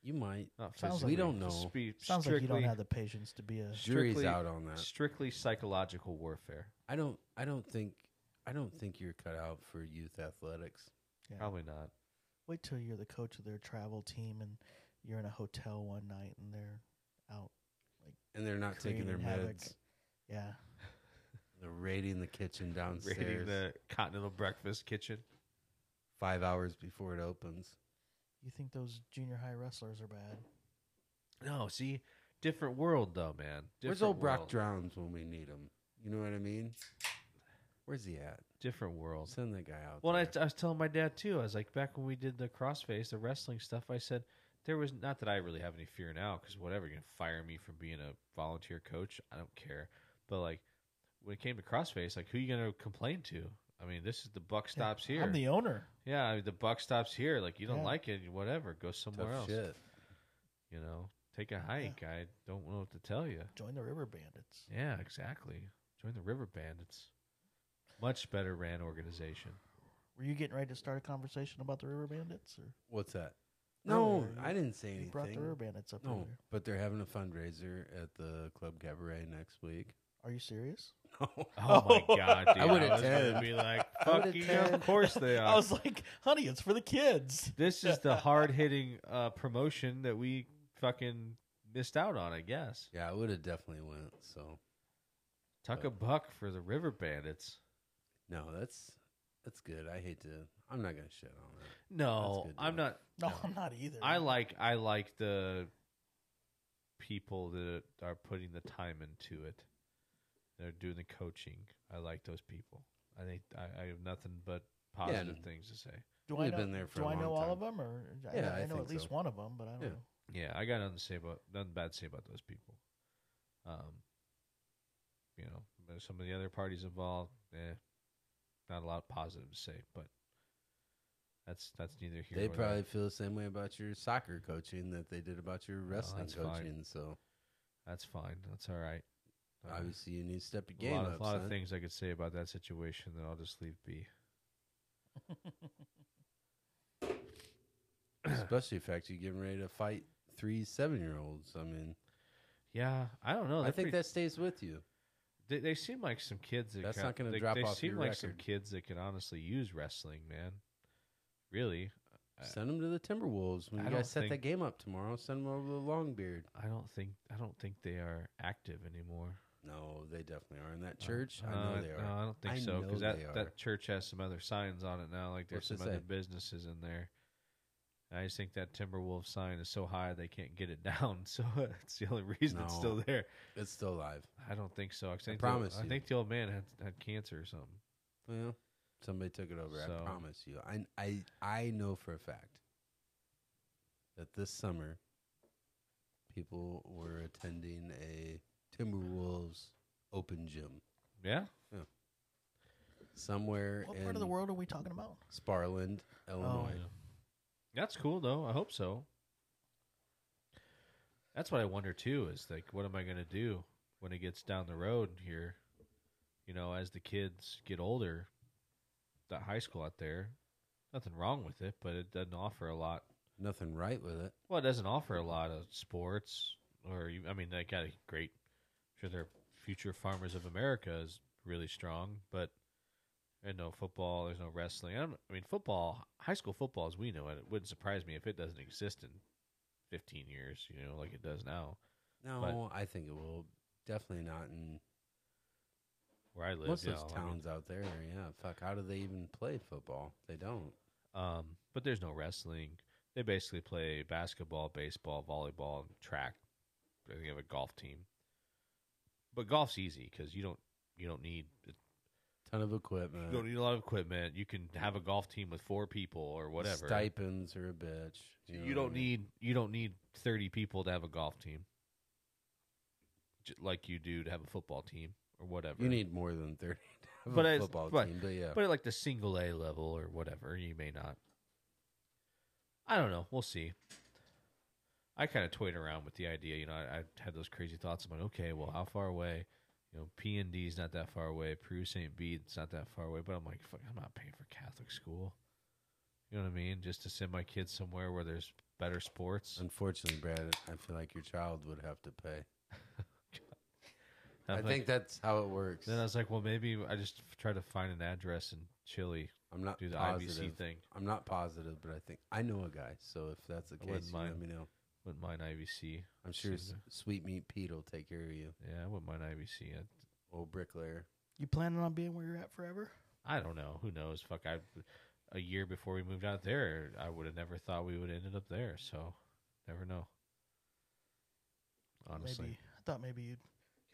S2: You might.
S5: not
S4: Sounds
S5: physically.
S4: like- We
S2: don't
S5: Just
S2: know.
S5: be
S4: sounds like you don't
S5: strictly-
S4: have the patience to be a.
S2: Jury's
S5: strictly-
S2: out on that.
S5: strictly psychological warfare
S2: I don't. I don't think. I don't think you're cut out for youth athletics.
S4: Yeah.
S5: probably not
S4: Wait till you're the coach of their travel team and you're in a hotel one night and they're out.
S2: And they're not taking their
S4: creating havoc.
S2: meds.
S4: Yeah,
S2: They're raiding the kitchen downstairs
S5: raiding the continental breakfast kitchen
S2: five hours before it opens.
S4: you think those junior high wrestlers are bad?
S5: No, see, different world though, man. Different
S2: Where's old Brock
S5: world.
S2: Drowns when we need him? You know what I mean? Where's he at?
S5: Different world.
S2: Send that guy out.
S5: Well, I,
S2: there.
S5: I was telling my dad too. I was like, back when we did the crossface, the wrestling stuff. I said there was not that I really have any fear now because whatever, you're gonna fire me from being a volunteer coach. I don't care. But like when it came to crossface, like who you gonna complain to? I mean, this is the buck stops
S4: Yeah,
S5: here.
S4: I'm the owner.
S5: yeah, I mean, the buck stops here. Like you don't
S4: Yeah.
S5: like it, whatever, go somewhere
S2: Tough
S5: else.
S2: shit.
S5: You know, take a hike. I don't know what to tell you.
S4: Join the River Bandits.
S5: Yeah, exactly. Join the River Bandits. Much better ran organization.
S4: Were you getting ready to start a conversation about the River Bandits? Or
S2: What's that? No,
S4: Earlier, you-
S2: I didn't say anything.
S4: you brought the River Bandits up
S2: No,
S4: earlier.
S2: but they're having a fundraiser at the Club Cabaret next week.
S4: Are you serious?
S2: No.
S5: Oh my god, dude.
S2: I would
S5: was gonna
S2: attend.
S5: Be like,
S2: I would
S5: fuck you, of
S2: attend.
S5: course they
S4: I
S5: are.
S4: was like, honey, it's for the kids.
S5: This is the hard hitting uh, promotion that we fucking missed out on, I guess.
S2: Yeah, I would have definitely went. So
S5: Tuck a buck for the River Bandits.
S2: no, that's that's good. I hate to. I'm not gonna shit on it.
S5: No,
S2: That's good,
S5: I'm
S2: though.
S5: not.
S4: No, I'm not either.
S5: I like I like the people that are putting the time into it. They're doing the coaching. I like those people. I think I, I have nothing but positive
S2: and-
S5: things to say.
S4: Do
S2: We've
S4: know,
S2: been there for
S4: Do
S2: a
S4: I know
S2: long
S4: all
S2: time.
S4: of them, or I,
S2: Yeah,
S4: know,
S2: I
S4: I know
S2: think
S4: at least
S2: so.
S4: one of them, but I don't
S2: Yeah.
S4: know.
S5: Yeah, I got nothing to say about nothing bad to say about those people. Um, you know, there's some of the other parties involved, eh, not a lot of positive to say, but that's that's neither here.
S2: they
S5: nor
S2: probably
S5: there.
S2: feel the same way about your soccer coaching that they did about your wrestling
S5: Oh, that's fine.
S2: coaching. So
S5: that's fine. That's all right. Uh,
S2: obviously, you need to step your
S5: a
S2: game
S5: lot,
S2: up.
S5: of, lot of
S2: son.
S5: things I could say about that situation that I'll just leave be.
S2: Especially the fact you're getting ready to fight three seven year olds. I mean,
S5: Yeah, I don't know.
S2: I
S5: Oh, they're
S2: think
S5: pretty-
S2: that stays with you.
S5: they, they seem like some kids that
S2: That's
S5: ca-
S2: not gonna
S5: they,
S2: drop
S5: they
S2: off
S5: seem
S2: your
S5: like some
S2: record.
S5: kids that can honestly use wrestling, man. Really, I-
S2: Send them to the Timberwolves when
S5: I
S2: you
S5: don't
S2: guys set
S5: think-
S2: that game up tomorrow. Send them over to Longbeard.
S5: I don't think I don't think they are active anymore.
S2: No, they definitely are in that
S5: Uh,
S2: church. I
S5: uh,
S2: know they
S5: No,
S2: are.
S5: I don't think
S2: I
S5: so
S2: know
S5: because that,
S2: they are.
S5: that church has some other signs on it now. Like there's
S2: What's it
S5: some other
S2: say?
S5: businesses in there. And I just think that Timberwolf sign is so high they can't get it down, so it's the only reason it's
S2: No.
S5: still there.
S2: It's still alive.
S5: I don't think so. 'cause I, think
S2: promise
S5: The, I
S2: you.
S5: think the old man had had cancer or something.
S2: Well, somebody took it over.
S5: So-
S2: I promise you. I I I know for a fact that this summer people were attending a Timberwolves open gym
S5: Yeah,
S2: somewhere
S4: What
S2: in
S4: part of the world are we talking about?
S2: Sparland,
S5: Oh,
S2: Illinois.
S4: yeah.
S5: that's cool though. I hope so. That's what I wonder too. Is like, what am I gonna do when it gets down the road here? You know, as the kids get older, that high school out there, nothing wrong with it, but it doesn't offer a lot
S2: nothing right with it.
S5: Well, it doesn't offer a lot of sports, or you, I mean, they got a great. I'm sure, their future farmers of America is really strong, but there's no football. There's no wrestling. I, don't, I mean, football, high school football, as we know it, it wouldn't surprise me if it doesn't exist in 15 years. You know, like it does now,
S2: No, I think it will definitely not in
S5: where I live.
S2: most
S5: you
S2: of those
S5: know, I mean,
S2: towns out there. Yeah, fuck. How do they even play football? They don't.
S5: Um, but there's no wrestling. They basically play basketball, baseball, volleyball, and track. I think they have a golf team. But golf's easy because you don't you don't need
S2: Ton of
S5: you
S2: equipment.
S5: don't need a lot of equipment. You can have a golf team with four people or whatever.
S2: Stipends are a bitch.
S5: So
S2: know
S5: you
S2: what I
S5: don't
S2: mean?
S5: need you don't need thirty people to have a golf team, J- like you do to have a football team or whatever.
S2: You need more than thirty. To have
S5: But
S2: a
S5: it's-
S2: football
S5: but-
S2: team, but yeah,
S5: But at like the single A level or whatever, you may not. I don't know. We'll see. I kind of toyed around with the idea. You know, I, I had those crazy thoughts. I'm like, okay, well, how far away? You know, P and D is not that far away. Peru St. Bede's not that far away. But I'm like, fuck, I'm not paying for Catholic school. You know what I mean? Just to send my kids somewhere where there's better sports.
S2: unfortunately, Brad, I feel like your child would have to pay.
S5: I'm
S2: i
S5: like-
S2: think that's how it works.
S5: Then I was like, well, maybe I just f- try to find an address in Chile,
S2: I'm not
S5: do the
S2: positive.
S5: IVC thing.
S2: I'm not positive, but I think I know a guy. So if that's the
S5: I wouldn't
S2: case, you let
S5: mind.
S2: me know.
S5: Wouldn't mind IVC.
S2: I'm sure
S5: Send
S2: S- Sweet Meat Pete will take care of you,
S5: the- Yeah, I wouldn't mind IVC. I,
S2: old bricklayer.
S4: You planning on being where you're at forever?
S5: I don't know. Who knows? Fuck, I a year before we moved out there, I would have never thought we would have ended up there. So, never know. Honestly,
S4: Maybe I thought maybe you'd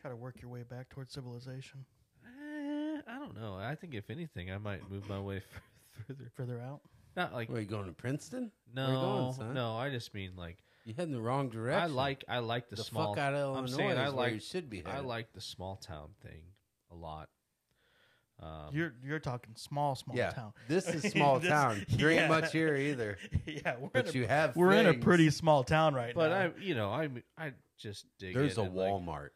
S4: try to work your way back towards civilization
S5: Eh, I don't know. I think if anything, I might move my way further.
S4: further out.
S5: Not like
S2: Where you going to Princeton? where you going,
S5: no,
S2: son?
S5: no. I just mean like
S2: You heading the wrong direction.
S5: I like I like the,
S2: the,
S5: small.
S2: fuck out of
S5: I'm
S2: Illinois.
S5: saying I
S2: is where
S5: like-
S2: you should be.
S5: I
S2: headed.
S5: like the small town thing a lot. Um,
S4: you're you're talking small small
S2: yeah,
S4: town.
S2: This is small
S4: This-
S2: town. There ain't
S4: yeah.
S2: much here either.
S4: yeah, we're in
S2: But
S4: a,
S2: you have.
S4: we're in a
S2: things.
S4: pretty small town right
S5: but
S4: now.
S5: I, you know, I I just dig.
S2: There's a
S5: it and, like,
S2: Walmart.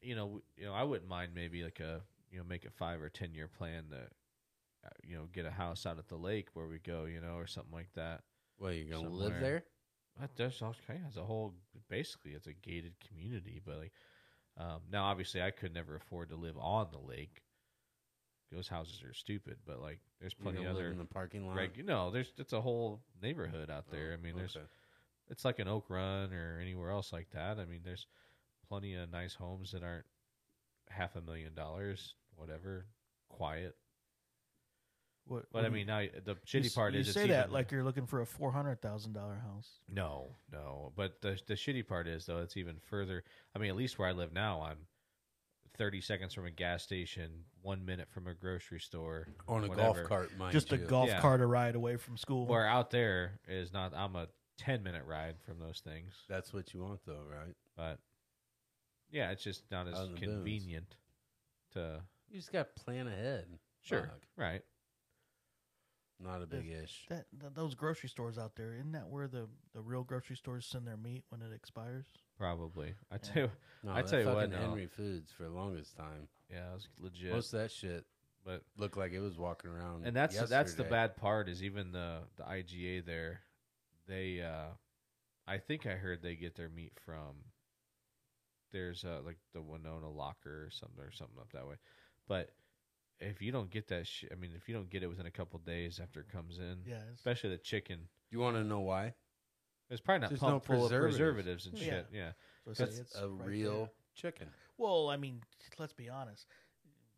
S5: you know, w- you know, I wouldn't mind maybe like a you know make a five or ten year plan to uh, you know get a house out at the lake where we go, you know, or something like that.
S2: well, you're gonna live
S5: somewhere.
S2: there.
S5: That that's all kind of has a whole basically it's a gated community, but like um, now obviously I could never afford to live on the lake. Those houses are stupid, but like there's
S2: You're
S5: plenty
S2: gonna live
S5: other
S2: in the Oh, parking lot.
S5: reg- you know there's it's a whole neighborhood out there. I mean there's
S2: Okay.
S5: it's like an Oak Run or anywhere else like that. I mean, there's plenty of nice homes that aren't half a million dollars, whatever, quiet.
S4: What-
S5: But
S4: what
S5: I
S4: do you-
S5: mean, I, the
S4: Mm-hmm. you
S5: shitty
S4: s-
S5: part
S4: you
S5: is
S4: say
S5: it's
S4: that
S5: even,
S4: like you're looking for a four hundred thousand dollar house.
S5: no, no. But the the shitty part is though it's even further. I mean, at least where I live now, I'm thirty seconds from a gas station, one minute from a grocery store,
S2: on a
S5: whatever.
S2: golf cart, mind
S4: Just a
S2: you.
S4: golf
S5: Yeah.
S4: cart a ride away from school.
S5: Where out there is not. I'm a ten minute ride from those things,
S2: That's what you want, though, right?
S5: but yeah, it's just not as
S2: Out in the boons.
S5: convenient to
S2: You just got to plan ahead.
S5: Sure.
S2: Fuck.
S5: Right.
S2: Not a big ish.
S4: that, th those grocery stores out there, isn't that where the, the real grocery stores send their meat when it expires?
S5: Probably. I
S4: Yeah.
S5: tell you,
S2: No,
S5: I
S2: that
S5: tell you what,
S2: fucking
S5: no.
S2: Henry Foods for the longest time.
S5: yeah, it was legit.
S2: Most of that shit
S5: but
S2: looked like it was walking around.
S5: and that's that's the
S2: yesterday.
S5: bad part is even the the IGA there, they uh I think I heard they get their meat from there's uh like the Winona locker or something or something up that way. But if you don't get that shit, I mean, if you don't get it within a couple of days after it comes in,
S2: Mm.
S4: Yeah, it's-
S5: especially the chicken,
S2: You want to know why?
S5: it's probably not
S2: There's
S5: pumped
S2: no
S5: full
S2: preservatives.
S5: of preservatives and
S4: Yeah.
S5: shit. Yeah,
S4: so I say
S2: That's
S4: it's
S2: a
S4: right
S2: real
S4: there.
S2: chicken.
S4: Well, I mean, let's be honest.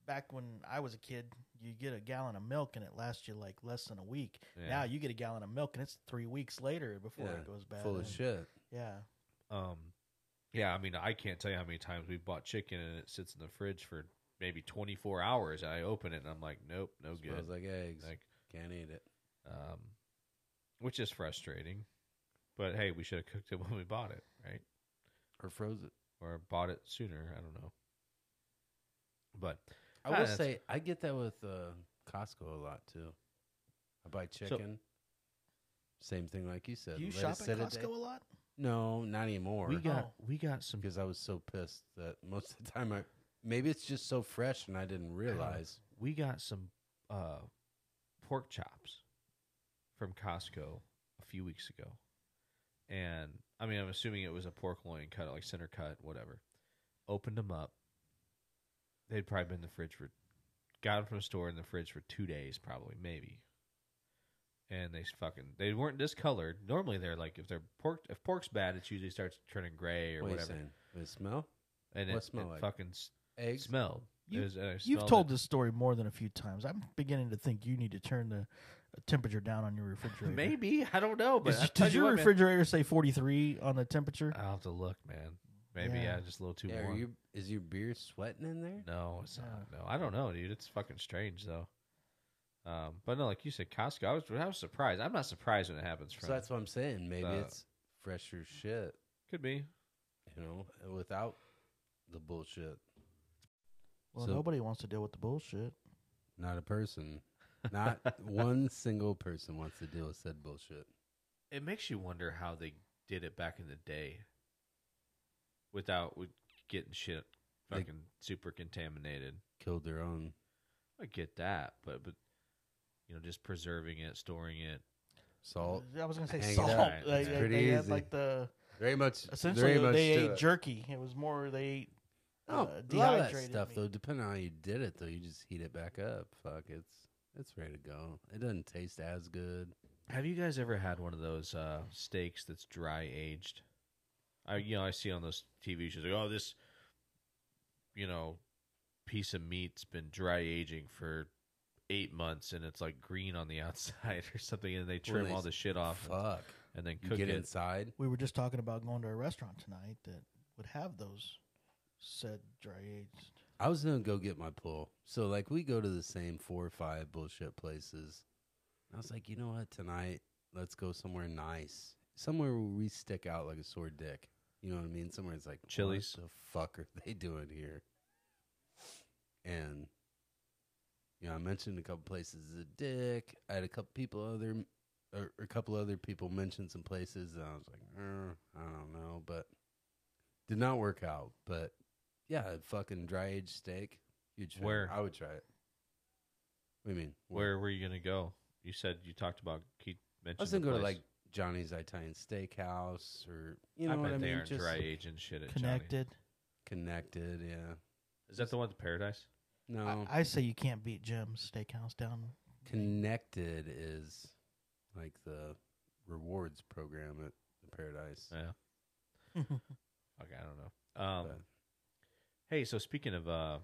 S4: Back when I was a kid, you get a gallon of milk and it lasts you like less than a week.
S5: yeah.
S4: Now you get a gallon of milk and it's three weeks later before
S2: Yeah,
S4: it goes bad.
S2: Full of
S4: And-
S2: shit.
S4: Yeah.
S5: Um, yeah, I mean, I can't tell you how many times we bought chicken and it sits in the fridge for maybe 24 hours, and I open it and I'm like, nope, no
S2: Smells
S5: good.
S2: like eggs.
S5: Like,
S2: Can't eat it.
S5: um, which is frustrating. But hey, we should have cooked it when we bought it, right?
S2: Or froze it.
S5: Or bought it sooner. I don't know. But
S2: I
S5: Ah,
S2: will
S5: that's-
S2: say, I get that with uh, Costco a lot, too. I buy chicken. Same thing like you said.
S4: Do you
S2: Let it
S4: shop at
S2: sit a day-
S4: Costco a lot?
S2: No, not anymore.
S5: we got
S4: Oh.
S5: we got some.
S2: because I was so pissed that most of the time I maybe it's just so fresh and I didn't realize.
S5: We got some uh, pork chops from Costco a few weeks ago, and I mean, I'm assuming it was a pork loin cut, like center cut, whatever. Opened them up. They'd probably been in the fridge for, got them from the store in the fridge for two days, probably maybe. And they fucking they weren't discolored. Normally they're like if they're pork if pork's bad, it usually starts turning gray or
S2: What are you
S5: whatever.
S2: saying? Does it smell?
S5: And
S2: What
S5: it,
S2: smell
S5: it
S2: like?
S5: fucking s-
S2: Eggs?
S5: smelled.
S4: You-
S5: It was- and I
S4: You've
S5: smelled
S4: told
S5: it.
S4: this story more than a few times. I'm beginning to think you need to turn the temperature down on your refrigerator.
S5: Maybe I don't know, but
S4: Is-
S5: I tell
S4: does
S5: you
S4: your
S5: what, man,
S4: refrigerator say 43 on the temperature?
S5: I'll have to look, man. Maybe
S4: Yeah.
S5: yeah, just a little too
S2: Yeah, are
S5: warm.
S2: you, is your beer sweating in there?
S5: No, it's
S4: Yeah.
S5: not. No, I don't know, dude. It's fucking strange though. Um, but no, like you said, Costco. I was, I was surprised. I'm not surprised when it happens.
S2: So
S5: From
S2: that's what I'm saying. Maybe
S5: The-
S2: it's fresher shit,
S5: could be. It's
S2: you know, without the bullshit.
S4: well,
S2: so-
S4: nobody wants to deal with the bullshit.
S2: Not a person. Not one single person wants to deal with said bullshit.
S5: It makes you wonder how they did it back in the day, without with getting shit
S2: They-
S5: fucking super contaminated.
S2: Killed their own.
S5: I get that, but but you know, just preserving it, storing it.
S2: Salt.
S4: I was gonna say
S2: Hang it
S4: salt.
S2: up.
S4: Like,
S5: It's
S4: like,
S2: pretty
S4: they had
S2: easy.
S4: like the
S2: Very much.
S4: essentially
S2: very much
S4: they
S2: to
S4: ate
S2: it.
S4: jerky. It was more they ate
S2: No, a
S4: uh,
S2: lot of that
S4: dehydrated
S2: stuff
S4: meat.
S2: though. Depending on how you did it, though, you just heat it back up. Fuck, it's it's ready to go. It doesn't taste as good.
S5: Have you guys ever had one of those uh, steaks that's dry aged? I you know I see on those TV shows like oh this, you know, piece of meat's been dry aging for eight months and it's like green on the outside or something and they trim
S2: they
S5: all
S2: s-
S5: the shit off and,
S2: Fuck,
S5: and then
S2: you
S5: cook
S2: get
S5: it.
S2: inside.
S4: We were just talking about going to a restaurant tonight that would have those said dry aged.
S2: I was gonna go get my pull. So like we go to the same four or five bullshit places. I was like, you know what, tonight let's go somewhere nice, somewhere where we stick out like a sore dick. You know what I mean? Somewhere it's like what
S5: Chili's.
S2: the fuck are they doing here? And you know, I mentioned a couple places as a dick. I had a couple people other, or a couple other people mentioned some places, and I was like, "Er, I don't know, but did not work out. But yeah, a fucking dry aged steak. You'd try
S5: Where?
S2: I would try it. What do you mean?
S5: Where were you gonna go? You said you talked about he mentioned.
S2: I was gonna
S5: the
S2: go to
S5: place.
S2: like Johnny's Italian Steakhouse or you know
S5: I
S2: what
S5: bet
S2: I
S5: they
S2: mean?
S5: aren't
S2: Just
S5: dry aging shit at Johnny.
S4: Connected.
S2: connected. Yeah.
S5: Is that the one at the Paradise?
S2: No,
S4: I, I say you can't beat Jim's Steakhouse down.
S2: connected is like the rewards program at the Paradise.
S5: Yeah. Okay, I don't know. Um,
S2: But-
S5: Hey, so speaking of uh,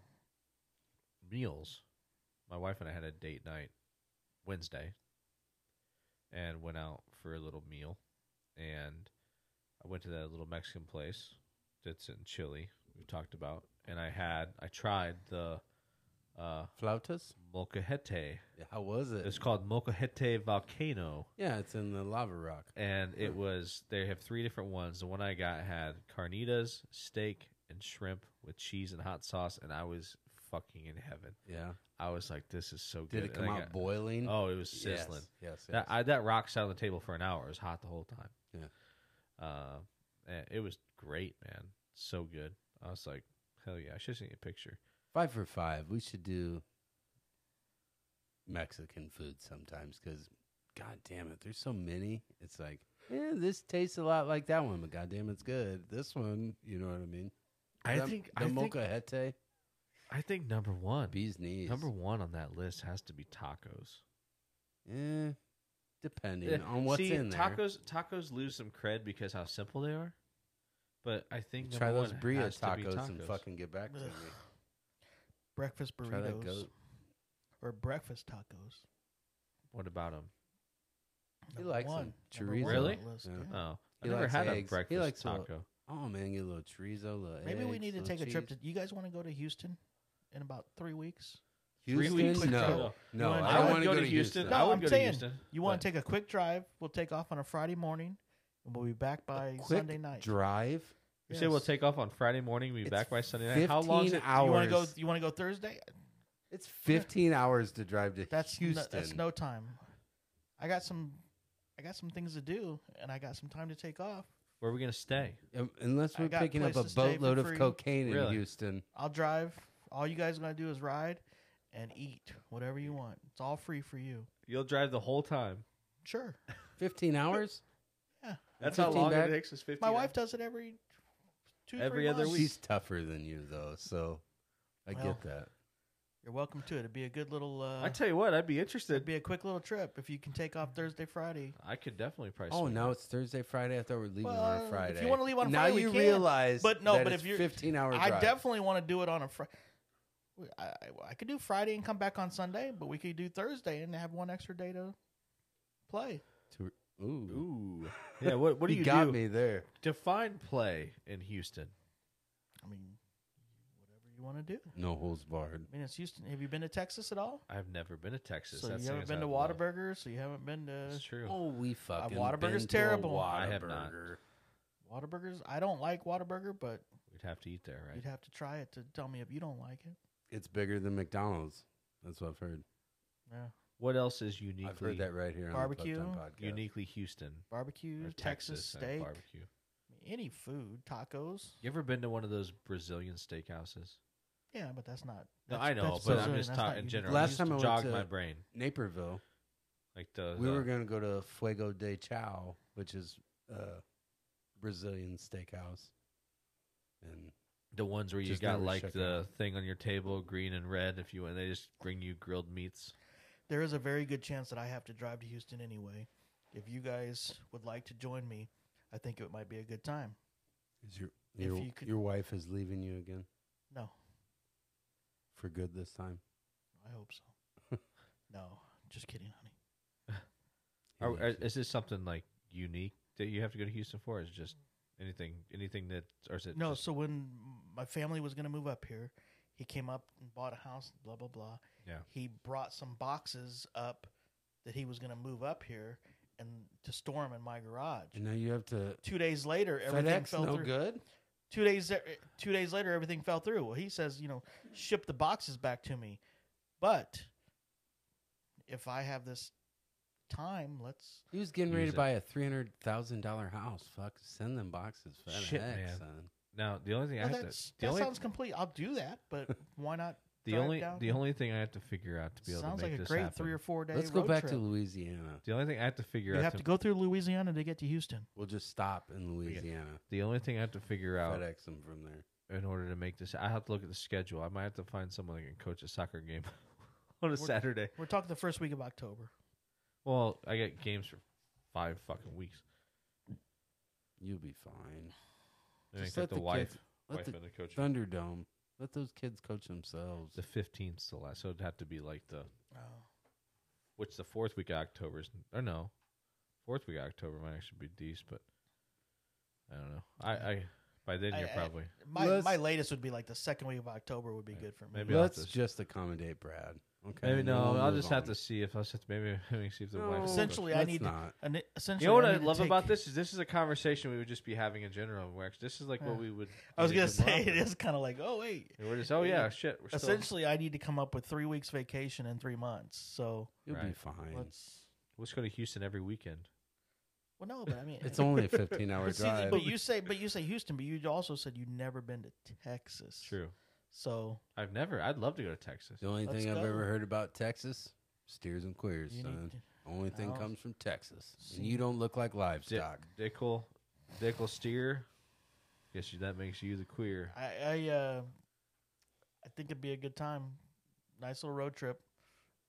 S5: meals, my wife and I had a date night Wednesday and went out for a little meal. And I went to that little Mexican place that's in Chile we talked about. And I had, I tried the uh,
S2: Flautas?
S5: mocajete.
S2: Yeah, how was it?
S5: It's called mocajete volcano.
S2: yeah, it's in the lava rock.
S5: And
S2: Hmm.
S5: it was, they have three different ones. The one I got had carnitas, steak, and shrimp with cheese and hot sauce. And I was fucking in heaven.
S2: Yeah.
S5: I was like, this is so good.
S2: Did it
S5: And
S2: come
S5: I
S2: out
S5: got-
S2: boiling?
S5: Oh, it was
S2: Yes,
S5: sizzling.
S2: Yes. yes,
S5: That I, that rock sat on the table for an hour. It was hot the whole time.
S2: Yeah.
S5: Uh, and it was great, man. So good. I was like, hell yeah! I should see a picture.
S2: five for five. We should do Mexican food sometimes because, god damn it, there's so many. It's like, yeah, this tastes a lot like that one, but god damn, it's good. This one, you know what I mean?
S5: I
S2: Them-
S5: think
S2: the
S5: I think,
S2: molcajete,
S5: I think number one,
S2: bee's knees.
S5: number one on that list has to be tacos.
S2: Eh, depending on what's
S5: See,
S2: in there.
S5: tacos tacos lose some cred because how simple they are. But I think
S2: Try
S5: number
S2: those
S5: one
S2: burrito
S5: has to be
S2: tacos, and
S5: tacos.
S2: fucking get back to me.
S4: Ugh. Breakfast
S2: Try that
S4: burritos
S2: goat.
S4: or breakfast tacos.
S5: What about them?
S2: He
S4: Number
S2: likes them.
S4: one. Number one
S5: Chorizo.
S4: on
S5: Really?
S4: that list,
S2: Yeah.
S4: yeah.
S5: Oh, I
S2: He
S5: never
S2: likes
S5: had
S2: eggs. He
S5: a breakfast
S2: likes a little-
S5: taco.
S2: Oh man, get a little chorizo, little
S4: Maybe we
S2: eggs,
S4: need to
S2: little
S4: take a trip to.
S2: cheese.
S4: You guys want to go to Houston in about three weeks?
S5: Three
S2: Houston?
S5: weeks?
S2: No,
S4: You
S2: no,
S4: wanna
S2: I
S4: go-
S2: don't
S4: I
S2: want to go to Houston.
S5: I
S4: No,
S5: would
S4: I'm
S5: go
S4: saying,
S5: to Houston.
S4: You want
S5: but-
S4: to take a quick drive? We'll take off on a Friday morning, and we'll be back by
S2: Quick
S4: Sunday night.
S2: drive.
S5: You say we'll
S4: Yes.
S5: take off on Friday morning, be
S2: It's
S5: back by Sunday night. How long?
S2: 15
S5: it?
S2: hours?
S4: You want to go? You want to go Thursday?
S2: It's 15 hours to drive to
S4: That's no-
S2: Houston.
S4: that's no time. I got some. I got some things to do, and I got some time to take off.
S5: Where are we gonna stay?
S2: Um, Unless
S4: I
S2: we're
S4: got
S2: picking up a
S4: place to stay for
S2: boatload of
S4: free.
S2: cocaine in
S5: Really?
S2: Houston.
S4: I'll drive. All you guys gonna do is ride and eat whatever you want. It's all free for you.
S5: You'll drive the whole time.
S4: Sure.
S2: 15 hours?
S4: Yeah.
S5: That's
S2: 15
S5: how long
S2: back?
S5: it takes. Is fifty.
S4: My wife does it every two, three
S5: Every other
S4: months.
S5: week.
S2: She's tougher than you, though, so I
S4: Well,
S2: get that.
S4: You're welcome to it. It'd be a good little. Uh,
S5: I tell you what, I'd be
S4: it'd
S5: interested.
S4: be a quick little trip if you can take off Thursday, Friday.
S5: I could definitely price.
S2: Oh, now it's Thursday, Friday. I thought we were leaving on
S4: Well,
S2: a
S4: if
S2: Friday.
S4: you wanna leave on a
S2: now
S4: Friday, we
S2: you
S4: can,
S2: realize,
S4: but no,
S2: that
S4: but
S2: it's
S4: if you're-
S2: 15 hour
S4: I
S2: drive.
S4: definitely want to do it on a Friday. I, I- I could do Friday and come back on Sunday, but we could do Thursday and have one extra day to play.
S2: Ooh,
S5: Ooh. Yeah. What What do
S2: he
S5: you
S2: got
S5: do?
S2: me there?
S5: Define play in Houston.
S4: I mean, whatever you want to do.
S2: No holes barred.
S4: I mean, it's Houston. Have you been to Texas at all?
S5: I've never been to Texas.
S4: so
S5: That's
S4: you
S5: the
S4: haven't
S5: thing
S4: been
S5: is
S4: to
S5: I'd love-
S4: Whataburger, so you haven't been to
S5: It's true.
S2: Oh, we fucking.
S4: Uh, Whataburger's
S2: been to a
S4: terrible.
S5: I have not.
S2: Whataburger.
S4: Whataburgers. I don't like Whataburger, but
S5: We'd have to eat there, right?
S4: you'd have to try it to tell me if you don't like it.
S2: It's bigger than McDonald's. That's what I've heard.
S4: Yeah,
S5: What else is uniquely
S2: I've heard that right here
S4: Barbecue?
S2: on the Pub Time podcast.
S5: uniquely Houston
S4: barbecue,
S5: or
S4: Texas,
S5: Texas and
S4: steak,
S5: barbecue?
S4: any food, tacos.
S5: You ever been to one of those Brazilian steakhouses?
S4: Yeah, but that's not.
S5: No,
S4: that's-
S5: I know,
S4: that's
S5: but I'm
S4: Brazilian,
S5: just
S4: that's not
S5: talking in
S4: unique.
S5: general.
S2: Last
S5: Just
S2: time I went
S5: jog
S2: to-
S5: my brain.
S2: Naperville.
S5: Like the,
S2: We
S5: the-
S2: were going to go to Fuego de Chao, which is uh, Brazilian steakhouse. And
S5: the ones where you
S2: just
S5: got
S2: never
S5: like
S2: shook
S5: the
S2: hands.
S5: thing on your table, green and red. If you and they just bring you grilled meats.
S4: There is a very good chance that I have to drive to Houston anyway. If you guys would like to join me, I think it might be a good time.
S2: is your
S4: If
S2: your,
S4: you could-
S2: your wife is leaving you again
S4: No,
S2: for good this time?
S4: I hope so. no, just kidding, honey.
S2: He
S5: Are,
S2: loves
S5: are,
S2: you.
S5: is this something like unique that you have to go to Houston for? Or is it just anything anything that or is it
S4: No,
S5: just-
S4: so when my family was going to move up here, he came up and bought a house, blah, blah, blah.
S5: Yeah.
S4: He brought some boxes up that he was going to move up here and to store them in my garage.
S2: And now you have to.
S4: Two days later, everything
S2: FedEx,
S4: fell
S2: no
S4: through.
S2: good.
S4: Two days, uh, two days later, everything fell through. Well, he says, you know, ship the boxes back to me. But if I have this time, let's.
S2: He was getting
S5: Use
S2: ready to
S5: it.
S2: buy a three hundred thousand dollar house. Fuck, send them boxes. FedEx,
S5: Shit, man.
S2: son.
S5: now the only thing I
S4: Well,
S5: have
S4: that's,
S5: to the
S4: that
S5: only
S4: sounds complete. I'll do that, but why not?
S5: the
S4: drive
S5: only
S4: down
S5: the
S4: here?
S5: only thing I have to figure out to be able
S4: Sounds
S5: to make
S4: like a
S5: this
S4: great
S5: happen.
S4: three or four day.
S2: Let's go
S4: road
S2: back
S4: trip.
S2: to Louisiana.
S5: the only thing I have to figure
S4: You
S5: out
S4: have to go through Louisiana to get to Houston.
S2: We'll just stop in Louisiana.
S5: the only thing I have to figure out
S2: FedEx them from there.
S5: in order to make this I have to look at the schedule. I might have to find someone that can coach a soccer game on a Saturday.
S4: We're talking the first week of October.
S5: Well, I get games for five fucking weeks.
S2: You'll be fine.
S5: I think
S2: Just
S5: that the, wife,
S2: kids, let
S5: wife
S2: the
S5: and the coach.
S2: Thunderdome. Let those kids coach themselves.
S5: The fifteenth the last, so it'd have to be like the
S4: Oh.
S5: which the fourth week of October is or no, fourth week of October might actually be decent, but I don't know. I, I by then
S4: I-
S5: you're
S4: I-
S5: probably
S4: My
S2: Let's-
S4: my latest would be like the second week of October would be
S5: Right.
S4: good for me.
S5: Maybe I'll have
S2: Let's
S5: to-
S2: just accommodate Brad. Okay.
S5: maybe
S2: and then
S5: no.
S2: we'll
S5: I'll
S2: move
S5: just have
S2: on.
S5: to see if I'll just maybe maybe see if the
S2: No,
S5: wife
S4: Essentially, I
S2: let's
S4: need to-
S2: not.
S4: And it-
S5: You
S4: essentially,
S5: know what
S4: I
S5: I
S4: need to
S5: love
S4: take-
S5: about this is this is a conversation we would just be having in general. Where it's- this is like what
S4: Yeah.
S5: we would.
S4: I was
S5: we
S4: gonna
S5: would come
S4: say
S5: up
S4: it
S5: with.
S4: is kind of like oh wait.
S5: And We're just oh yeah shit. We're still,
S4: Essentially, I need to come up with three weeks vacation in three months. So
S2: You'll be
S5: Right.
S2: fine.
S4: let's.
S5: let's go to Houston every weekend.
S4: Well, no, but I mean,
S2: It's only a 15 hour
S4: but, see,
S2: drive.
S4: but you say, but you say Houston, but you also said you'd never been to Texas.
S5: True.
S4: So
S5: I've never. I'd love to go to Texas.
S2: The only
S4: Let's
S2: thing I've
S4: go.
S2: ever heard about Texas, steers and queers,
S4: you
S2: son.
S4: need. To,
S2: Only thing
S4: I'll-
S2: comes from Texas.
S4: See.
S2: And you don't look like
S5: Di-
S2: livestock.
S5: Dickel, Dickel Steer. Guess you, that makes you the queer.
S4: I I, uh, I think it'd be a good time, nice little road trip.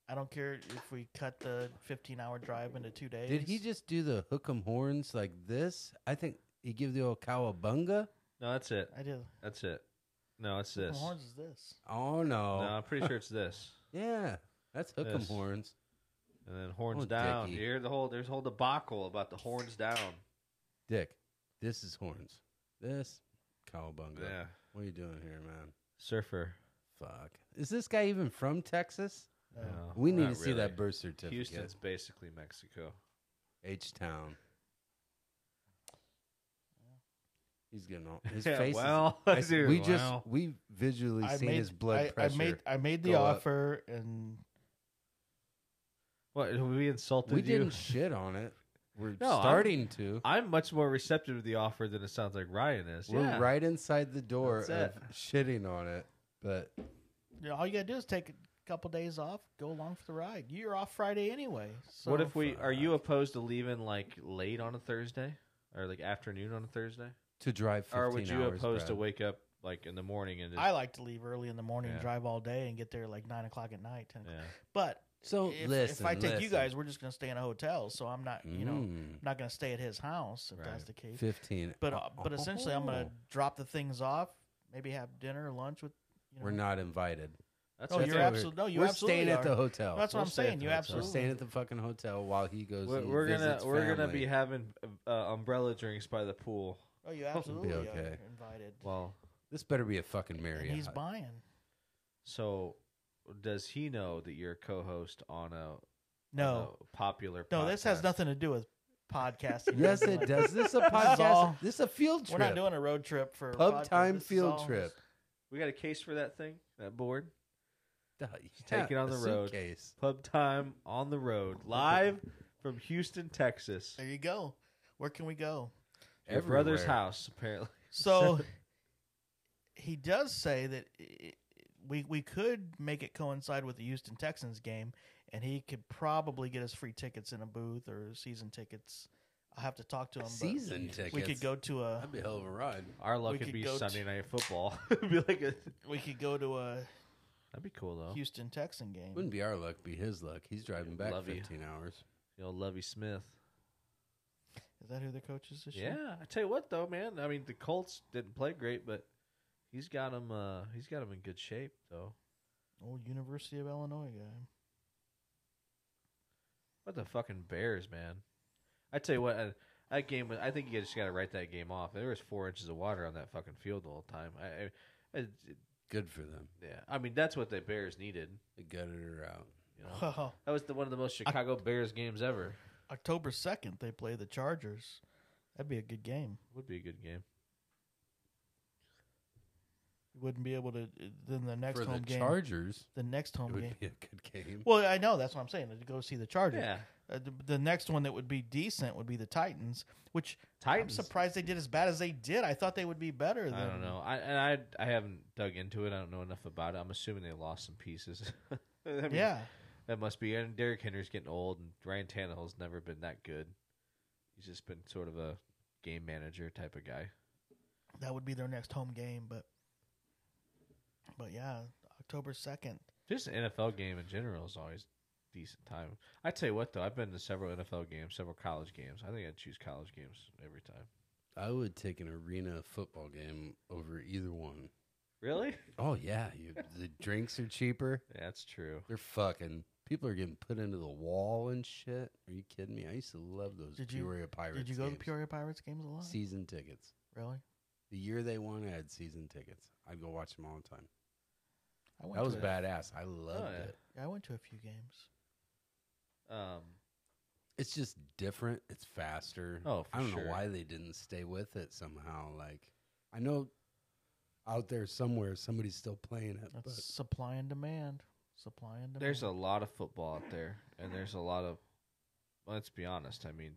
S4: I don't care if we cut the fifteen-hour drive into two days.
S2: Did he just do the hook 'em horns like this? I think he give the old cowabunga.
S5: No, that's it.
S4: I did.
S5: That's it. No, it's
S4: Hook 'em
S5: this.
S4: horns is this?
S2: Oh
S5: No,
S2: no!
S5: I'm pretty sure it's this.
S2: yeah, that's hook 'em
S5: This.
S2: horns.
S5: And then horns
S2: Oh,
S5: down.
S2: Dickie.
S5: You hear the whole there's a whole debacle about the horns down.
S2: Dick, this is horns. This cowabunga.
S5: Yeah.
S2: What are you doing here, man?
S5: Surfer.
S2: Fuck. Is this guy even from Texas?
S4: No.
S5: No,
S2: We need
S5: not
S2: to see that
S5: really.
S2: birth certificate.
S5: Houston's basically Mexico.
S2: H Town. He's getting all his
S5: Yeah,
S2: face. is-
S5: well,
S2: I s-
S5: dude,
S2: we just
S5: well.
S2: we visually
S4: I
S2: seen
S4: made
S2: his blood
S4: I,
S2: pressure.
S4: I made I made the
S2: go up.
S4: offer, and
S5: What we insulted
S2: we
S5: you?
S2: didn't shit on it. We're
S5: No, I'm-
S2: starting to.
S5: I'm much more receptive to the offer than it sounds like Ryan is.
S2: We're
S5: yeah.
S2: right inside the door
S5: That's
S2: of shitting on it. But
S4: you know, all you gotta do is take a couple days off, go along for the ride. You're off Friday anyway. So
S5: what if we? Are you
S2: fuck.
S5: opposed to leaving like late on a Thursday or like afternoon on a Thursday?
S2: to drive 15
S5: Or would you
S2: hours,
S5: opposed to
S2: Brad.
S5: wake up like in the morning and? Just,
S4: I like to leave early in the morning,
S5: Yeah.
S4: drive all day, and get there like nine o'clock at night. 10 o'clock.
S5: yeah.
S4: But
S2: So,
S4: if,
S2: listen,
S4: if I take you
S2: listen.
S4: guys, we're just gonna stay in a hotel. So I'm not, you know, I'm
S2: Mm,
S4: not gonna stay at his house if that's
S5: Right.
S4: the case.
S2: 15.
S4: But uh, but essentially, I'm gonna
S2: Oh.
S4: drop the things off. Maybe have dinner or lunch with. You know,
S2: We're not invited.
S5: That's
S4: Oh,
S5: what
S2: That's
S4: you're
S2: what
S5: I'm-
S2: we're-
S4: absolutely no. You
S2: we're
S4: absolutely
S2: staying at the
S4: are.
S2: hotel.
S4: That's what
S5: We'll
S4: I'm
S5: stay at
S4: saying.
S5: the
S4: You
S5: hotel.
S2: We're
S4: absolutely.
S2: staying at the fucking hotel while he goes.
S5: We're,
S2: and
S5: we're gonna
S2: visits
S5: we're gonna
S2: family.
S5: be having uh, umbrella drinks by the pool.
S4: Oh, you absolutely
S2: okay.
S4: are invited.
S5: Well,
S2: This better be a fucking
S4: And
S2: Marriott.
S4: he's buying.
S5: so does he know that you're a co-host on a
S4: No,
S5: on a popular?
S4: no, this has
S5: podcast?
S4: nothing to do with podcasting.
S2: yes, it does. This is a
S4: This is all-
S2: podcast. This is a field
S4: We're
S2: trip.
S4: not doing a road trip for
S2: pub
S4: podcast.
S2: time
S4: This is
S2: field
S4: all-
S2: trip.
S5: We got a case for that thing, that board.
S2: Duh,
S5: take it
S2: yeah,
S5: on
S2: a
S5: the road.
S2: suitcase.
S5: Pub time on the road, live from Houston, Texas.
S4: There you go. Where can we go?
S5: Your brother's
S2: Everywhere.
S5: house, apparently.
S4: So he does say that i- i- we we could make it coincide with the Houston Texans game, and he could probably get us free tickets in a booth or season tickets. I'll have to talk to him. but
S2: Season tickets.
S4: We could go to a
S2: That'd be a hell of a ride.
S5: Our luck
S4: We
S5: would
S4: could
S5: be
S4: go
S5: Sunday
S4: to-
S5: night football. It'd be like a,
S4: we could go to a
S5: that'd be cool though.
S4: Houston Texan game.
S2: Oh. Wouldn't be our luck. Be his luck. He's driving back
S5: Love you.
S2: 15 hours.
S5: You know, Lovey Smith.
S4: Is that who the coach is this year?
S5: Yeah, I tell you what though, man. I mean, the Colts didn't play great, but he's got him. Uh, he's got him in good shape though.
S4: Old University of Illinois guy.
S5: What the fucking Bears, man. I tell you what, uh, that game. was- I think you just got to write that game off. There was four inches of water on that fucking field the whole time. I, I, I-
S2: Good for them.
S5: yeah. I mean, that's what the Bears needed.
S2: They gutted her out.
S5: You know?
S4: Well,
S5: That was the, one of the most Chicago Bears games ever.
S4: October second they play the Chargers. That'd be a good game.
S5: Would be a good game.
S4: You wouldn't be able to then the next
S2: for the
S4: home game.
S2: Chargers,
S4: the next
S2: it
S4: home
S2: would
S4: game.
S2: be a good game.
S4: Well, I know that's what I'm saying. To go see the Chargers.
S5: Yeah,
S4: Uh, the, the next one that would be decent would be the Titans, which
S5: Titans.
S4: I'm surprised they did as bad as they did. I thought they would be better. Than,
S5: I don't know. I and I I haven't dug into it. I don't know enough about it. I'm assuming they lost some pieces. I mean,
S4: yeah,
S5: that must be. And Derrick Henry's getting old, and Ryan Tannehill's never been that good. He's just been sort of a game manager type of guy.
S4: that would be their next home game, but but yeah, October second.
S5: Just an NFL game in general is always decent time. I tell you what though, I've been to several NFL games, several college games. I think I'd choose college games every time.
S2: I would take an arena football game over either one.
S5: Really?
S2: Oh yeah, you, the drinks are cheaper.
S5: Yeah, that's true.
S2: They're fucking. People are getting put into the wall and shit. Are you kidding me? I used to love those
S4: Did you-
S2: Peoria Pirates.
S4: Did you go to
S2: games.
S4: Peoria Pirates games a lot?
S2: Season tickets.
S4: really?
S2: The year they won, I had season tickets. I'd go watch them all the time.
S4: I went
S2: That
S4: to
S2: was
S4: a-
S2: badass. I loved
S5: yeah.
S2: it.
S4: Yeah, I went to a few games.
S5: Um,
S2: It's just different. It's faster.
S5: Oh, for
S2: I don't
S5: sure.
S2: know why they didn't stay with it somehow. Like I know out there somewhere somebody's still playing it,
S4: That's
S2: but
S4: supply and demand. Supply and demand.
S5: There's a lot of football out there, and there's a lot of. Let's be honest. I mean,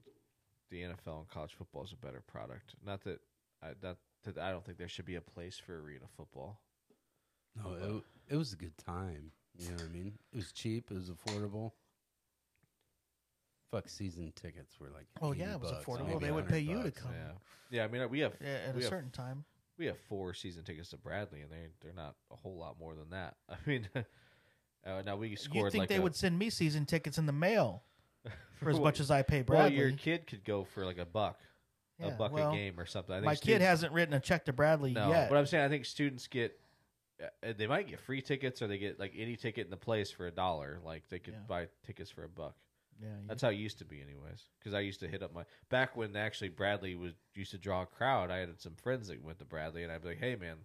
S5: the NFL and college football is a better product. Not that I that, that I don't think there should be a place for arena football.
S2: no, it, w- it was a good time. You know what I mean? It was cheap. It was affordable. Fuck, season tickets were like
S4: Oh, yeah,
S2: 80
S4: it was
S2: bucks,
S4: affordable.
S2: maybe
S4: They would pay
S2: 100
S4: you to
S2: bucks.
S4: come.
S5: Yeah, yeah. I mean, we have
S4: yeah, at
S5: we
S4: a
S5: have
S4: certain time.
S5: we have four season tickets to Bradley, and they they're not a whole lot more than that. I mean, uh, now we scored
S4: You'd think
S5: like
S4: they
S5: a-
S4: would send me season tickets in the mail for as
S5: what-
S4: much as I pay
S5: well,
S4: Bradley.
S5: your kid could go for like a buck, a
S4: Yeah,
S5: buck
S4: well,
S5: a game or something. I think
S4: My kid
S5: students-
S4: hasn't written a check to Bradley
S5: No,
S4: yet.
S5: but I'm saying I think students get uh, they might get free tickets or they get like any ticket in the place for a dollar. Like they could
S4: Yeah.
S5: buy tickets for a buck.
S4: yeah, you-
S5: That's how it used to be, anyways. Because I used to hit up my back when actually Bradley was used to draw a crowd. I had some friends that went to Bradley, and I'd be like, "Hey, man,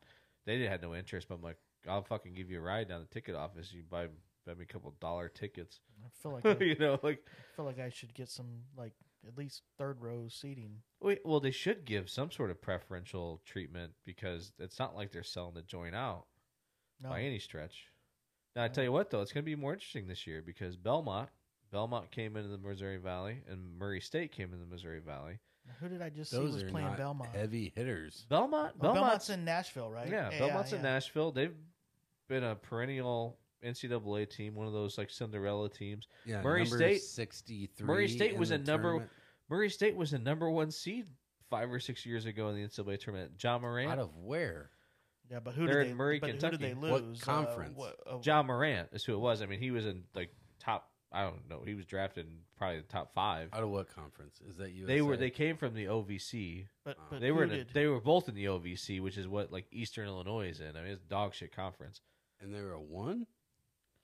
S5: they didn't had no interest." But I'm like, "I'll fucking give you a ride down the ticket office. You buy buy me a couple dollar tickets."
S4: I feel like I,
S5: you know, like
S4: I feel like I should get some like at least third row seating.
S5: Wait, well, they should give some sort of preferential treatment because it's not like they're selling the joint out.
S4: No,
S5: by any stretch. Now I tell you what though, it's going to be more interesting this year because Belmont, Belmont came into the Missouri Valley, and Murray State came into the Missouri Valley.
S4: who did I just
S2: Those
S4: see
S2: are
S4: was playing
S2: not
S4: Belmont?
S2: heavy hitters.
S5: Belmont,
S4: Oh, Belmont's,
S5: Belmont's,
S4: in Nashville, right?
S5: yeah, Belmont's in Nashville. They've been a perennial NCAA team, one of those like Cinderella teams.
S2: Yeah,
S5: Murray
S2: number
S5: State-
S2: 63.
S5: Murray State
S2: in
S5: was
S2: the
S5: a number-
S2: tournament.
S5: Murray State was the number one seed five or six years ago in the NCAA tournament. John Morant.
S2: out of where?
S4: Yeah, but who
S5: They're in
S4: did they,
S5: Murray,
S4: but Who did they
S5: Kentucky.
S4: lose?
S2: What
S4: Uh,
S2: conference?
S4: what- uh,
S5: John Morant is who it was. I mean, he was in like top. I don't know. He was drafted in probably the top five.
S2: Out of what conference? Is that you?
S5: They were. They came from the OVC.
S4: But,
S2: Uh,
S4: but
S5: they were.
S4: who
S5: in a-
S4: did-
S5: they were both in the OVC, which is what like Eastern Illinois is in. I mean, it's dog shit conference.
S2: and they were a one.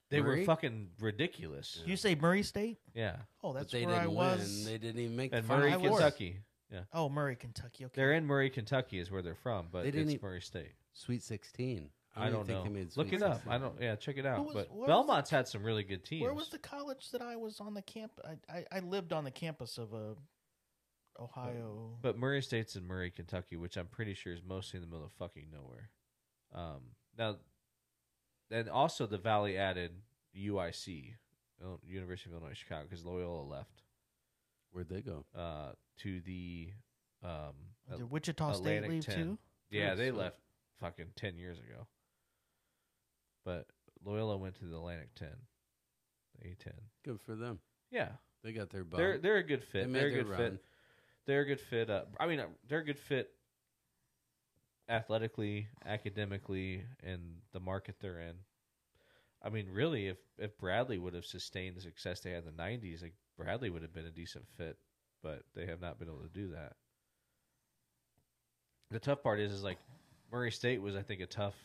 S5: They
S2: Murray?
S5: were fucking ridiculous.
S4: you say Murray State?
S5: Yeah,
S4: Oh,
S2: But
S4: that's
S2: they
S4: where
S2: didn't
S4: I was.
S2: win. They didn't even make
S5: and
S2: the final
S5: Murray,
S4: I was-
S2: four.
S5: Kentucky. Yeah,
S4: Oh, Murray, Kentucky. Okay.
S5: they're in Murray, Kentucky, is where they're from, but
S2: They didn't
S5: it's
S2: e-
S5: Murray State.
S2: Sweet sixteen.
S5: I don't,
S2: even think
S5: know.
S2: They made
S5: Look
S2: Sweet
S5: it up.
S2: 16.
S5: I don't. Yeah, check it out.
S4: was- where
S5: but
S4: was
S5: Belmont's had some really good teams.
S4: Where was the college that I was on the camp? I, I, I lived on the campus of a Ohio.
S5: But Murray State's in Murray, Kentucky, which I'm pretty sure is mostly in the middle of fucking nowhere. Um, now, and also the Valley added UIC, Ill- University of Illinois Chicago, because Loyola left
S2: Where'd they go?
S5: uh, to the. Um, At-
S4: did Wichita State
S5: Atlantic
S4: leave
S5: 10.
S4: too?
S5: yeah, they
S2: Yes.
S5: left fucking 10 years ago. But Loyola went to the Atlantic 10, the A10.
S2: Good for them.
S5: Yeah,
S2: They got their bump.
S5: they're they're a good
S2: They
S5: fit.
S2: made
S5: They're a
S2: their
S5: good
S2: run.
S5: fit. They're a good fit. Uh, I mean, uh, they're a good fit athletically, academically, and the market they're in. I mean, really, if if Bradley would have sustained the success they had in the '90s, like Bradley would have been a decent fit, but they have not been able to do that. The tough part is, is like Murray State was, I think, a tough,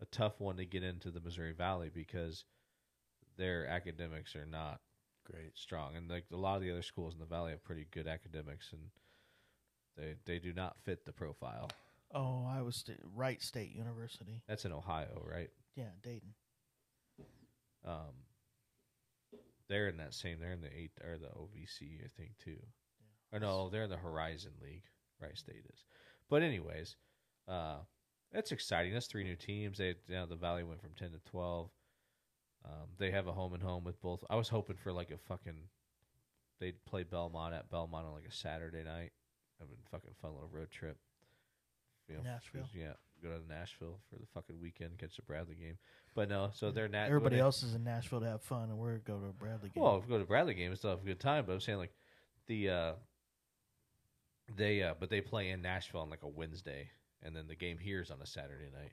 S5: a tough one to get into the Missouri Valley because their academics are not
S2: Great.
S5: strong, and like a lot of the other schools in the valley have pretty good academics, and they they do not fit the profile.
S4: Oh, I was st- Wright State University.
S5: That's in Ohio, right?
S4: Yeah, Dayton.
S5: Um, they're in that same. They're in the eight or the OVC, I think, too. Or no, they're in the Horizon League. Right State is, but anyways, uh, that's exciting. That's three new teams. They you know, the Valley went from ten to twelve. Um, they have a home and home with both. I was hoping for like a fucking they'd play Belmont at Belmont on like a Saturday night. I've been fucking fun little road trip. You know,
S4: Nashville.
S5: yeah, go to Nashville for the fucking weekend, catch the Bradley game. But no, so they're Nat.
S4: Everybody
S5: when they-
S4: else is in Nashville to have fun, and we're going to a Bradley game.
S5: well, if we go to Bradley game, it's still have a good time. But I'm saying like the uh they uh but they play in Nashville on like a Wednesday, and then the game here is on a Saturday night.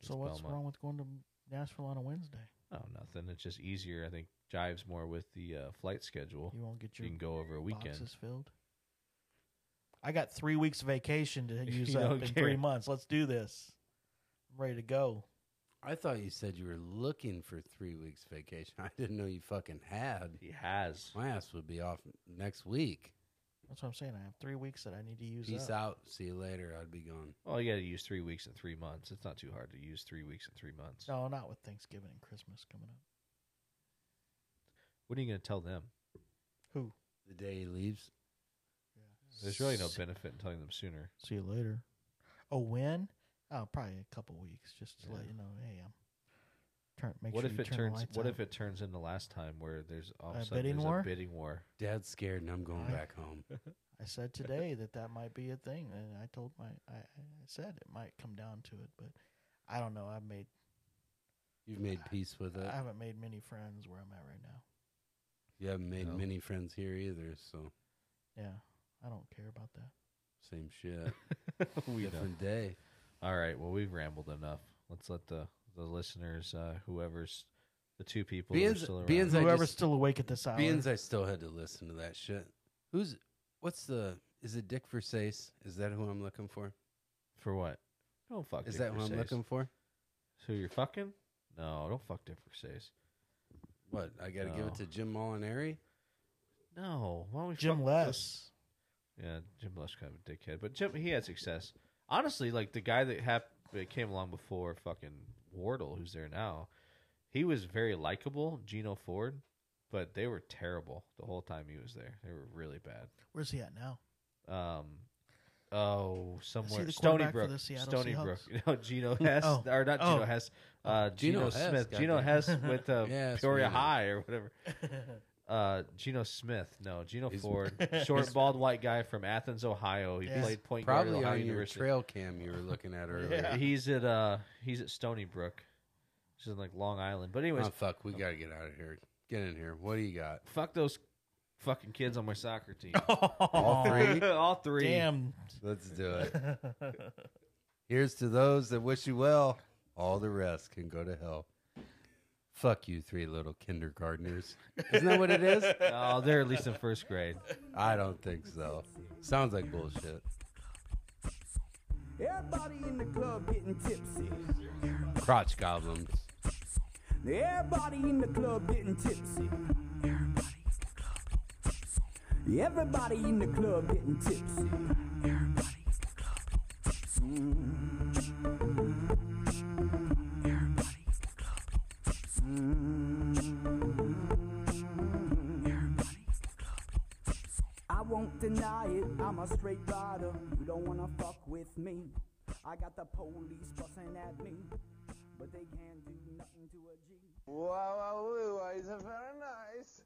S4: so
S5: Against
S4: what's
S5: Belmont.
S4: wrong with going to Nashville on a Wednesday?
S5: Oh, nothing. It's just easier. I think jives more with the uh, flight schedule.
S4: You won't get
S5: You
S4: your
S5: can go over a weekend.
S4: boxes filled. I got three weeks vacation to
S5: You
S4: use
S5: don't
S4: up in three
S5: care.
S4: months. Let's do this. I'm ready to go.
S2: I thought you said you were looking for three weeks vacation. I didn't know you fucking had.
S5: He has.
S2: My ass would be off next week.
S4: That's what I'm saying. I have three weeks that I need to use
S2: Peace
S4: up.
S2: out. See you later. I'd be gone.
S5: Well, you got to use three weeks and three months. It's not too hard to use three weeks and three months.
S4: No, not with Thanksgiving and Christmas coming up.
S5: What are you going to tell them?
S4: Who?
S2: The day he leaves.
S5: There's really no
S4: S-
S5: benefit in telling them sooner.
S4: See you later. Oh, when? Oh, probably a couple weeks, just to let
S5: Yeah.
S4: you know. Hey, I'm turn. Make
S5: what
S4: sure
S5: if
S4: you
S5: it
S4: turn
S5: turns?
S4: The lights
S5: What
S4: out.
S5: if it turns into last time where there's all of a,
S4: A
S5: sudden
S4: bidding
S5: there's
S4: war?
S5: a bidding war?
S2: Dad's scared and I'm going
S4: Right.
S2: back home.
S4: I said today that that might be a thing, and I told my I, I said it might come down to it, but I don't know. I've made
S2: You've made peace with it.
S4: I haven't made many friends where I'm at right now.
S2: You haven't made
S5: No.
S2: many friends here either, so
S4: Yeah, I don't care about that.
S2: same shit.
S5: we know.
S2: Different day.
S5: All right. Well, we've rambled enough. Let's let the the listeners, uh, whoever's the two people that are
S2: Beans-
S5: still around.
S2: beans I
S4: Whoever's
S2: just-
S4: still awake at this hour,
S2: Beans, I still had to listen to that shit. Who's what's the is it Dick Versace? Is that who I'm looking for?
S5: for what? Don't fuck.
S2: Is
S5: Dick
S2: that who I'm
S5: Versace.
S2: looking for?
S5: Who you're fucking? No, don't fuck Dick Versace.
S2: What? I gotta give
S5: No.
S2: it to Jim Molinari?
S5: No, why don't we
S4: Jim
S5: fuck
S4: Less.
S5: Yeah, Jim Lesh kind of a dickhead, but Jim he had success. Honestly, like the guy that hap- that came along before fucking Wardle, who's there now, he was very likable, Gino Ford, but they were terrible the whole time he was there. They were really bad.
S4: Where's he at now?
S5: Um, oh, somewhere
S4: the
S5: Stony
S4: quarterback for
S5: Brook,
S4: the Seattle
S5: Stony
S4: Seahawks?
S5: Brook. No, Gino Hess
S4: Oh.
S5: or not Gino
S4: Oh.
S5: Hess. Uh, Gino,
S2: Geno Hess,
S5: Smith. Gino
S2: goddamn.
S5: Hess with uh,
S2: Yeah, that's
S5: Peoria
S2: weird.
S5: High or whatever. Uh, Gino Smith. No, Gino
S2: He's-
S5: Ford. Short, bald, white guy from Athens, Ohio. He
S4: Yeah.
S5: played point guard at
S2: Probably
S5: Ohio
S2: on your
S5: University.
S2: trail cam you were looking at earlier.
S4: Yeah.
S5: He's at uh, he's at Stony Brook. She's in like Long Island. But anyways,
S2: oh fuck, we gotta get out of here. Get in here. What do you got?
S5: fuck those fucking kids on my soccer team.
S2: All three.
S5: All three.
S4: Damn.
S2: Let's do it. Here's to those that wish you well. All the rest can go to hell. Fuck you, three little kindergartners. Isn't that what it is?
S5: Oh, they're at least in first grade.
S2: I don't think so. Sounds like bullshit.
S3: Everybody in the club getting tipsy.
S2: Crotch goblins.
S3: Everybody in the club getting tipsy. Everybody in the club getting tipsy. I won't deny it, I'm a straight rider. You don't wanna fuck with me. I got the police busting at me, but they can't do nothing to a G.
S6: Wow, wow, wow, it's very nice.